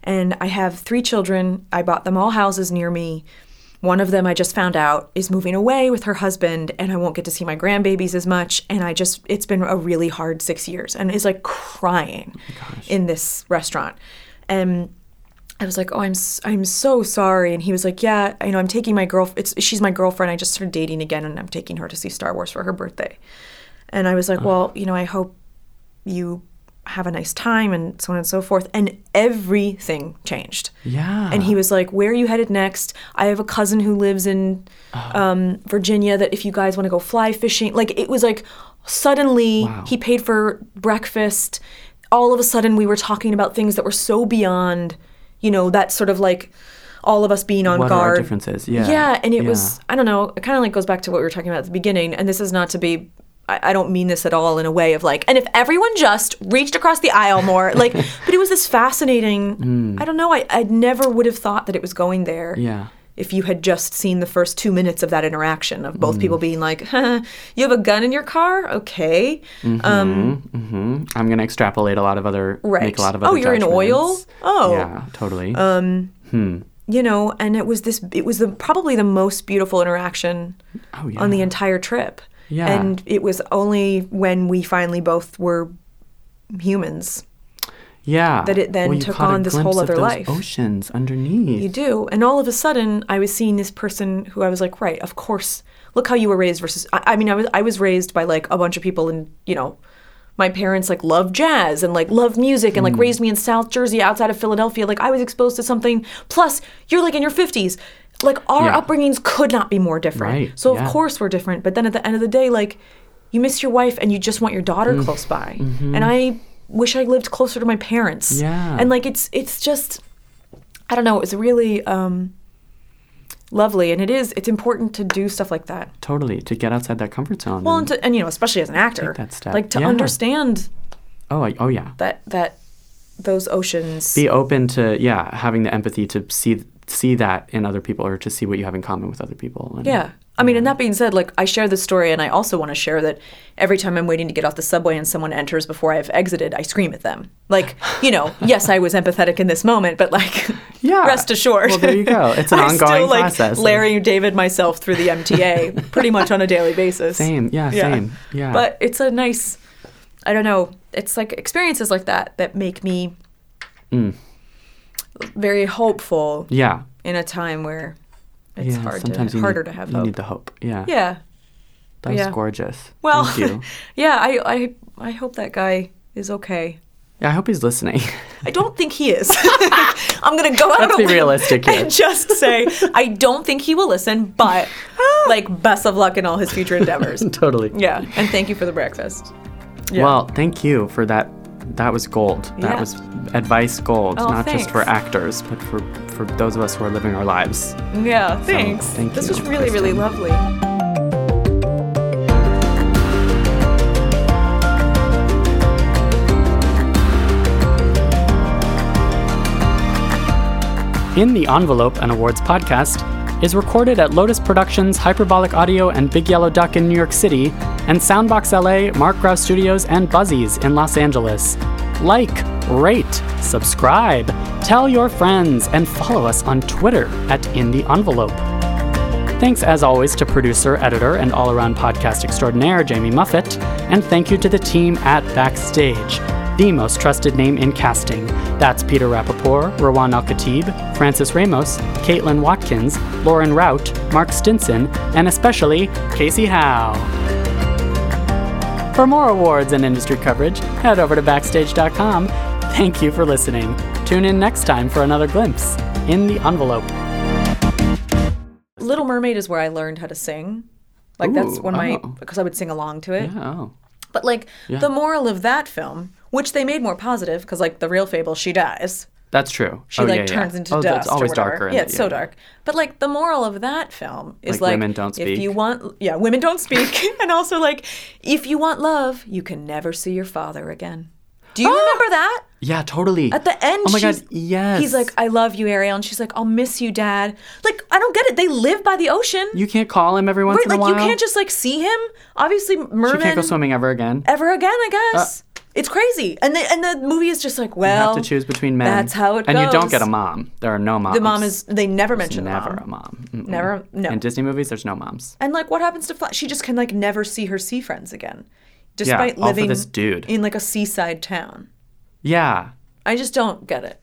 [SPEAKER 2] And I have three children. I bought them all houses near me. One of them I just found out is moving away with her husband, and I won't get to see my grandbabies as much. And I just, it's been a really hard six years, and is like crying in this restaurant. And I was like, "Oh, I'm s- I'm so sorry," and he was like, "Yeah, you know, I'm taking my girl. It's she's my girlfriend. I just started dating again, and I'm taking her to see Star Wars for her birthday." And I was like, "Well, you know, I hope you have a nice time and so on and so forth. And everything changed.
[SPEAKER 1] Yeah.
[SPEAKER 2] And he was like, Where are you headed next? I have a cousin who lives in
[SPEAKER 1] Oh.
[SPEAKER 2] um, Virginia that if you guys want to go fly fishing, like it was like suddenly
[SPEAKER 1] Wow.
[SPEAKER 2] he paid for breakfast. All of a sudden we were talking about things that were so beyond, you know, that sort of like all of us being on
[SPEAKER 1] What are our
[SPEAKER 2] guard.
[SPEAKER 1] differences? Yeah.
[SPEAKER 2] and it
[SPEAKER 1] Yeah.
[SPEAKER 2] was I don't know, it kind of like goes back to what we were talking about at the beginning. And this is not to be, I, I don't mean this at all in a way of like, and if everyone just reached across the aisle more, like, but it was this fascinating, I don't know, I, I never would have thought that it was going there.
[SPEAKER 1] Mm. Yeah.
[SPEAKER 2] If you had just seen the first two minutes of that interaction of both
[SPEAKER 1] Mm.
[SPEAKER 2] people being like, huh, you have a gun in your car? Okay.
[SPEAKER 1] Mm.
[SPEAKER 2] Um,
[SPEAKER 1] hmm I'm gonna extrapolate a lot of other.
[SPEAKER 2] Right.
[SPEAKER 1] Make a lot of
[SPEAKER 2] Oh,
[SPEAKER 1] other.
[SPEAKER 2] you're in oil?
[SPEAKER 1] judgments.
[SPEAKER 2] Oh.
[SPEAKER 1] Yeah. Totally.
[SPEAKER 2] you know, and it was this, it was the, probably the most beautiful interaction
[SPEAKER 1] oh yeah.
[SPEAKER 2] on the entire trip.
[SPEAKER 1] Yeah.
[SPEAKER 2] And it was only when we finally both were humans.
[SPEAKER 1] yeah.
[SPEAKER 2] that it then
[SPEAKER 1] Well, you
[SPEAKER 2] took
[SPEAKER 1] caught a
[SPEAKER 2] on this whole
[SPEAKER 1] glimpse of
[SPEAKER 2] other
[SPEAKER 1] those
[SPEAKER 2] life.
[SPEAKER 1] Oceans underneath.
[SPEAKER 2] You do. And all of a sudden, I was seeing this person who I was like, right, of course. Look how you were raised versus. I, I mean, I was I was raised by like a bunch of people, and you know, my parents like loved jazz and like loved music,
[SPEAKER 1] Hmm.
[SPEAKER 2] and like raised me in South Jersey, outside of Philadelphia. Like I was exposed to something. Plus, you're like in your fifties. Like our
[SPEAKER 1] Yeah.
[SPEAKER 2] upbringings could not be more different.
[SPEAKER 1] Right,
[SPEAKER 2] So
[SPEAKER 1] yeah.
[SPEAKER 2] of course we're different. But then at the end of the day, like you miss your wife, and you just want your daughter
[SPEAKER 1] Mm.
[SPEAKER 2] close by. And I wish I lived closer to my parents.
[SPEAKER 1] Mm-hmm. Yeah.
[SPEAKER 2] And like it's it's just I don't know, it was really um, lovely, and it is. It's important to do stuff like that.
[SPEAKER 1] Totally. To get outside that comfort zone.
[SPEAKER 2] Well, and,
[SPEAKER 1] and-
[SPEAKER 2] to, and you know, especially as an actor,
[SPEAKER 1] that step.
[SPEAKER 2] like to
[SPEAKER 1] Yeah.
[SPEAKER 2] understand
[SPEAKER 1] oh. I, oh yeah.
[SPEAKER 2] that that those oceans.
[SPEAKER 1] be open to yeah having the empathy to see see that in other people or to see what you have in common with other people and
[SPEAKER 2] yeah. I mean, and that being said, like I share this story, and I also want to share that every time I'm waiting to get off the subway and someone enters before I've exited, I scream at them. Like, you know, yes, I was empathetic in this moment, but like,
[SPEAKER 1] Yeah.
[SPEAKER 2] rest assured.
[SPEAKER 1] Well, there you go. It's an
[SPEAKER 2] I still,
[SPEAKER 1] ongoing
[SPEAKER 2] like,
[SPEAKER 1] process.
[SPEAKER 2] Larry David myself through the MTA pretty much on a daily basis.
[SPEAKER 1] same yeah, same yeah
[SPEAKER 2] But it's a nice, I don't know, it's like experiences like that that make me
[SPEAKER 1] Mm.
[SPEAKER 2] very hopeful
[SPEAKER 1] yeah
[SPEAKER 2] in a time where it's
[SPEAKER 1] yeah
[SPEAKER 2] hard
[SPEAKER 1] sometimes
[SPEAKER 2] to,
[SPEAKER 1] you
[SPEAKER 2] harder
[SPEAKER 1] need,
[SPEAKER 2] to have
[SPEAKER 1] you
[SPEAKER 2] hope.
[SPEAKER 1] need the hope yeah
[SPEAKER 2] yeah.
[SPEAKER 1] that was
[SPEAKER 2] yeah.
[SPEAKER 1] gorgeous
[SPEAKER 2] Well,
[SPEAKER 1] Thank you.
[SPEAKER 2] yeah, I, I, I hope that guy is okay.
[SPEAKER 1] yeah i hope he's listening
[SPEAKER 2] I don't think he is. I'm gonna go out
[SPEAKER 1] Let's
[SPEAKER 2] on a
[SPEAKER 1] be
[SPEAKER 2] limb
[SPEAKER 1] realistic here.
[SPEAKER 2] and just say I don't think he will listen. But
[SPEAKER 1] Ah.
[SPEAKER 2] like, best of luck in all his future endeavors.
[SPEAKER 1] totally
[SPEAKER 2] yeah, and thank you for the breakfast. Yeah.
[SPEAKER 1] well thank you for that that was gold that
[SPEAKER 2] Yeah.
[SPEAKER 1] was advice gold
[SPEAKER 2] Oh,
[SPEAKER 1] not just for
[SPEAKER 2] thanks.
[SPEAKER 1] actors but for for those of us who are living our lives
[SPEAKER 2] Yeah, thanks.
[SPEAKER 1] Oh, thank
[SPEAKER 2] this
[SPEAKER 1] you,
[SPEAKER 2] was really, really
[SPEAKER 1] Kristen.
[SPEAKER 2] lovely.
[SPEAKER 5] In the Envelope, an awards podcast, is recorded at Lotus Productions, Hyperbolic Audio, and Big Yellow Duck in New York City, and Soundbox LA, Mark Grouse Studios, and Buzzies in Los Angeles. Like, rate, subscribe, tell your friends, and follow us on Twitter at In the Envelope.
[SPEAKER 1] Thanks, as always, to producer, editor, and all around podcast extraordinaire, Jamie Muffett. And thank you to the team at Backstage, the most trusted name in casting. That's Peter Rappaport, Rawan Al Khatib, Francis Ramos, Caitlin Watkins, Lauren Rout, Mark Stinson, and especially Casey Howe. For more awards and industry coverage, head over to Backstage.com. Thank you for listening. Tune in next time for another glimpse in the envelope.
[SPEAKER 2] Little Mermaid is where I learned how to sing. Like that's
[SPEAKER 6] Ooh,
[SPEAKER 2] when my
[SPEAKER 6] oh.
[SPEAKER 2] because I would sing along to it.
[SPEAKER 6] Yeah, oh.
[SPEAKER 2] But like the moral of that film, which they made more positive because like the real fable, she dies.
[SPEAKER 6] That's true.
[SPEAKER 2] She
[SPEAKER 6] oh,
[SPEAKER 2] like
[SPEAKER 6] yeah, yeah.
[SPEAKER 2] turns into
[SPEAKER 6] oh,
[SPEAKER 2] dust.
[SPEAKER 6] That's always
[SPEAKER 2] or whatever.
[SPEAKER 6] darker. in
[SPEAKER 2] Yeah,
[SPEAKER 6] it,
[SPEAKER 2] it's so dark. But like the moral of that film is
[SPEAKER 6] Like,
[SPEAKER 2] like,
[SPEAKER 6] women don't
[SPEAKER 2] if
[SPEAKER 6] speak.
[SPEAKER 2] you want, yeah, women don't speak, and also like if you want love, you can never see your father again. Do you remember that?
[SPEAKER 6] Yeah, totally.
[SPEAKER 2] At the end,
[SPEAKER 6] Ah! Oh my
[SPEAKER 2] she's,
[SPEAKER 6] god, yes.
[SPEAKER 2] He's like, I love you, Ariel. And she's like, I'll miss you, Dad. Like, I don't get it. They live by the ocean.
[SPEAKER 6] you can't call him every once
[SPEAKER 2] right?
[SPEAKER 6] in a
[SPEAKER 2] Like,
[SPEAKER 6] while.
[SPEAKER 2] you can't just, like, see him. Obviously,
[SPEAKER 6] She can't
[SPEAKER 2] mermen
[SPEAKER 6] go swimming ever again.
[SPEAKER 2] ever again, I guess. it's crazy. And the, and the movie is just like,
[SPEAKER 6] You
[SPEAKER 2] well.
[SPEAKER 6] have to choose between men.
[SPEAKER 2] that's how it
[SPEAKER 6] and you don't
[SPEAKER 2] goes.
[SPEAKER 6] get a mom. There are no moms.
[SPEAKER 2] The mom is, they never mention the
[SPEAKER 6] never Mm-hmm.
[SPEAKER 2] mom.
[SPEAKER 6] a mom. Mm-mm.
[SPEAKER 2] Never, no.
[SPEAKER 6] In Disney movies, there's no moms.
[SPEAKER 2] And like, what happens to Fly? She just can like never see her sea friends again, despite
[SPEAKER 6] all for
[SPEAKER 2] living
[SPEAKER 6] this dude.
[SPEAKER 2] in like a seaside town.
[SPEAKER 6] Yeah.
[SPEAKER 2] I just don't get it.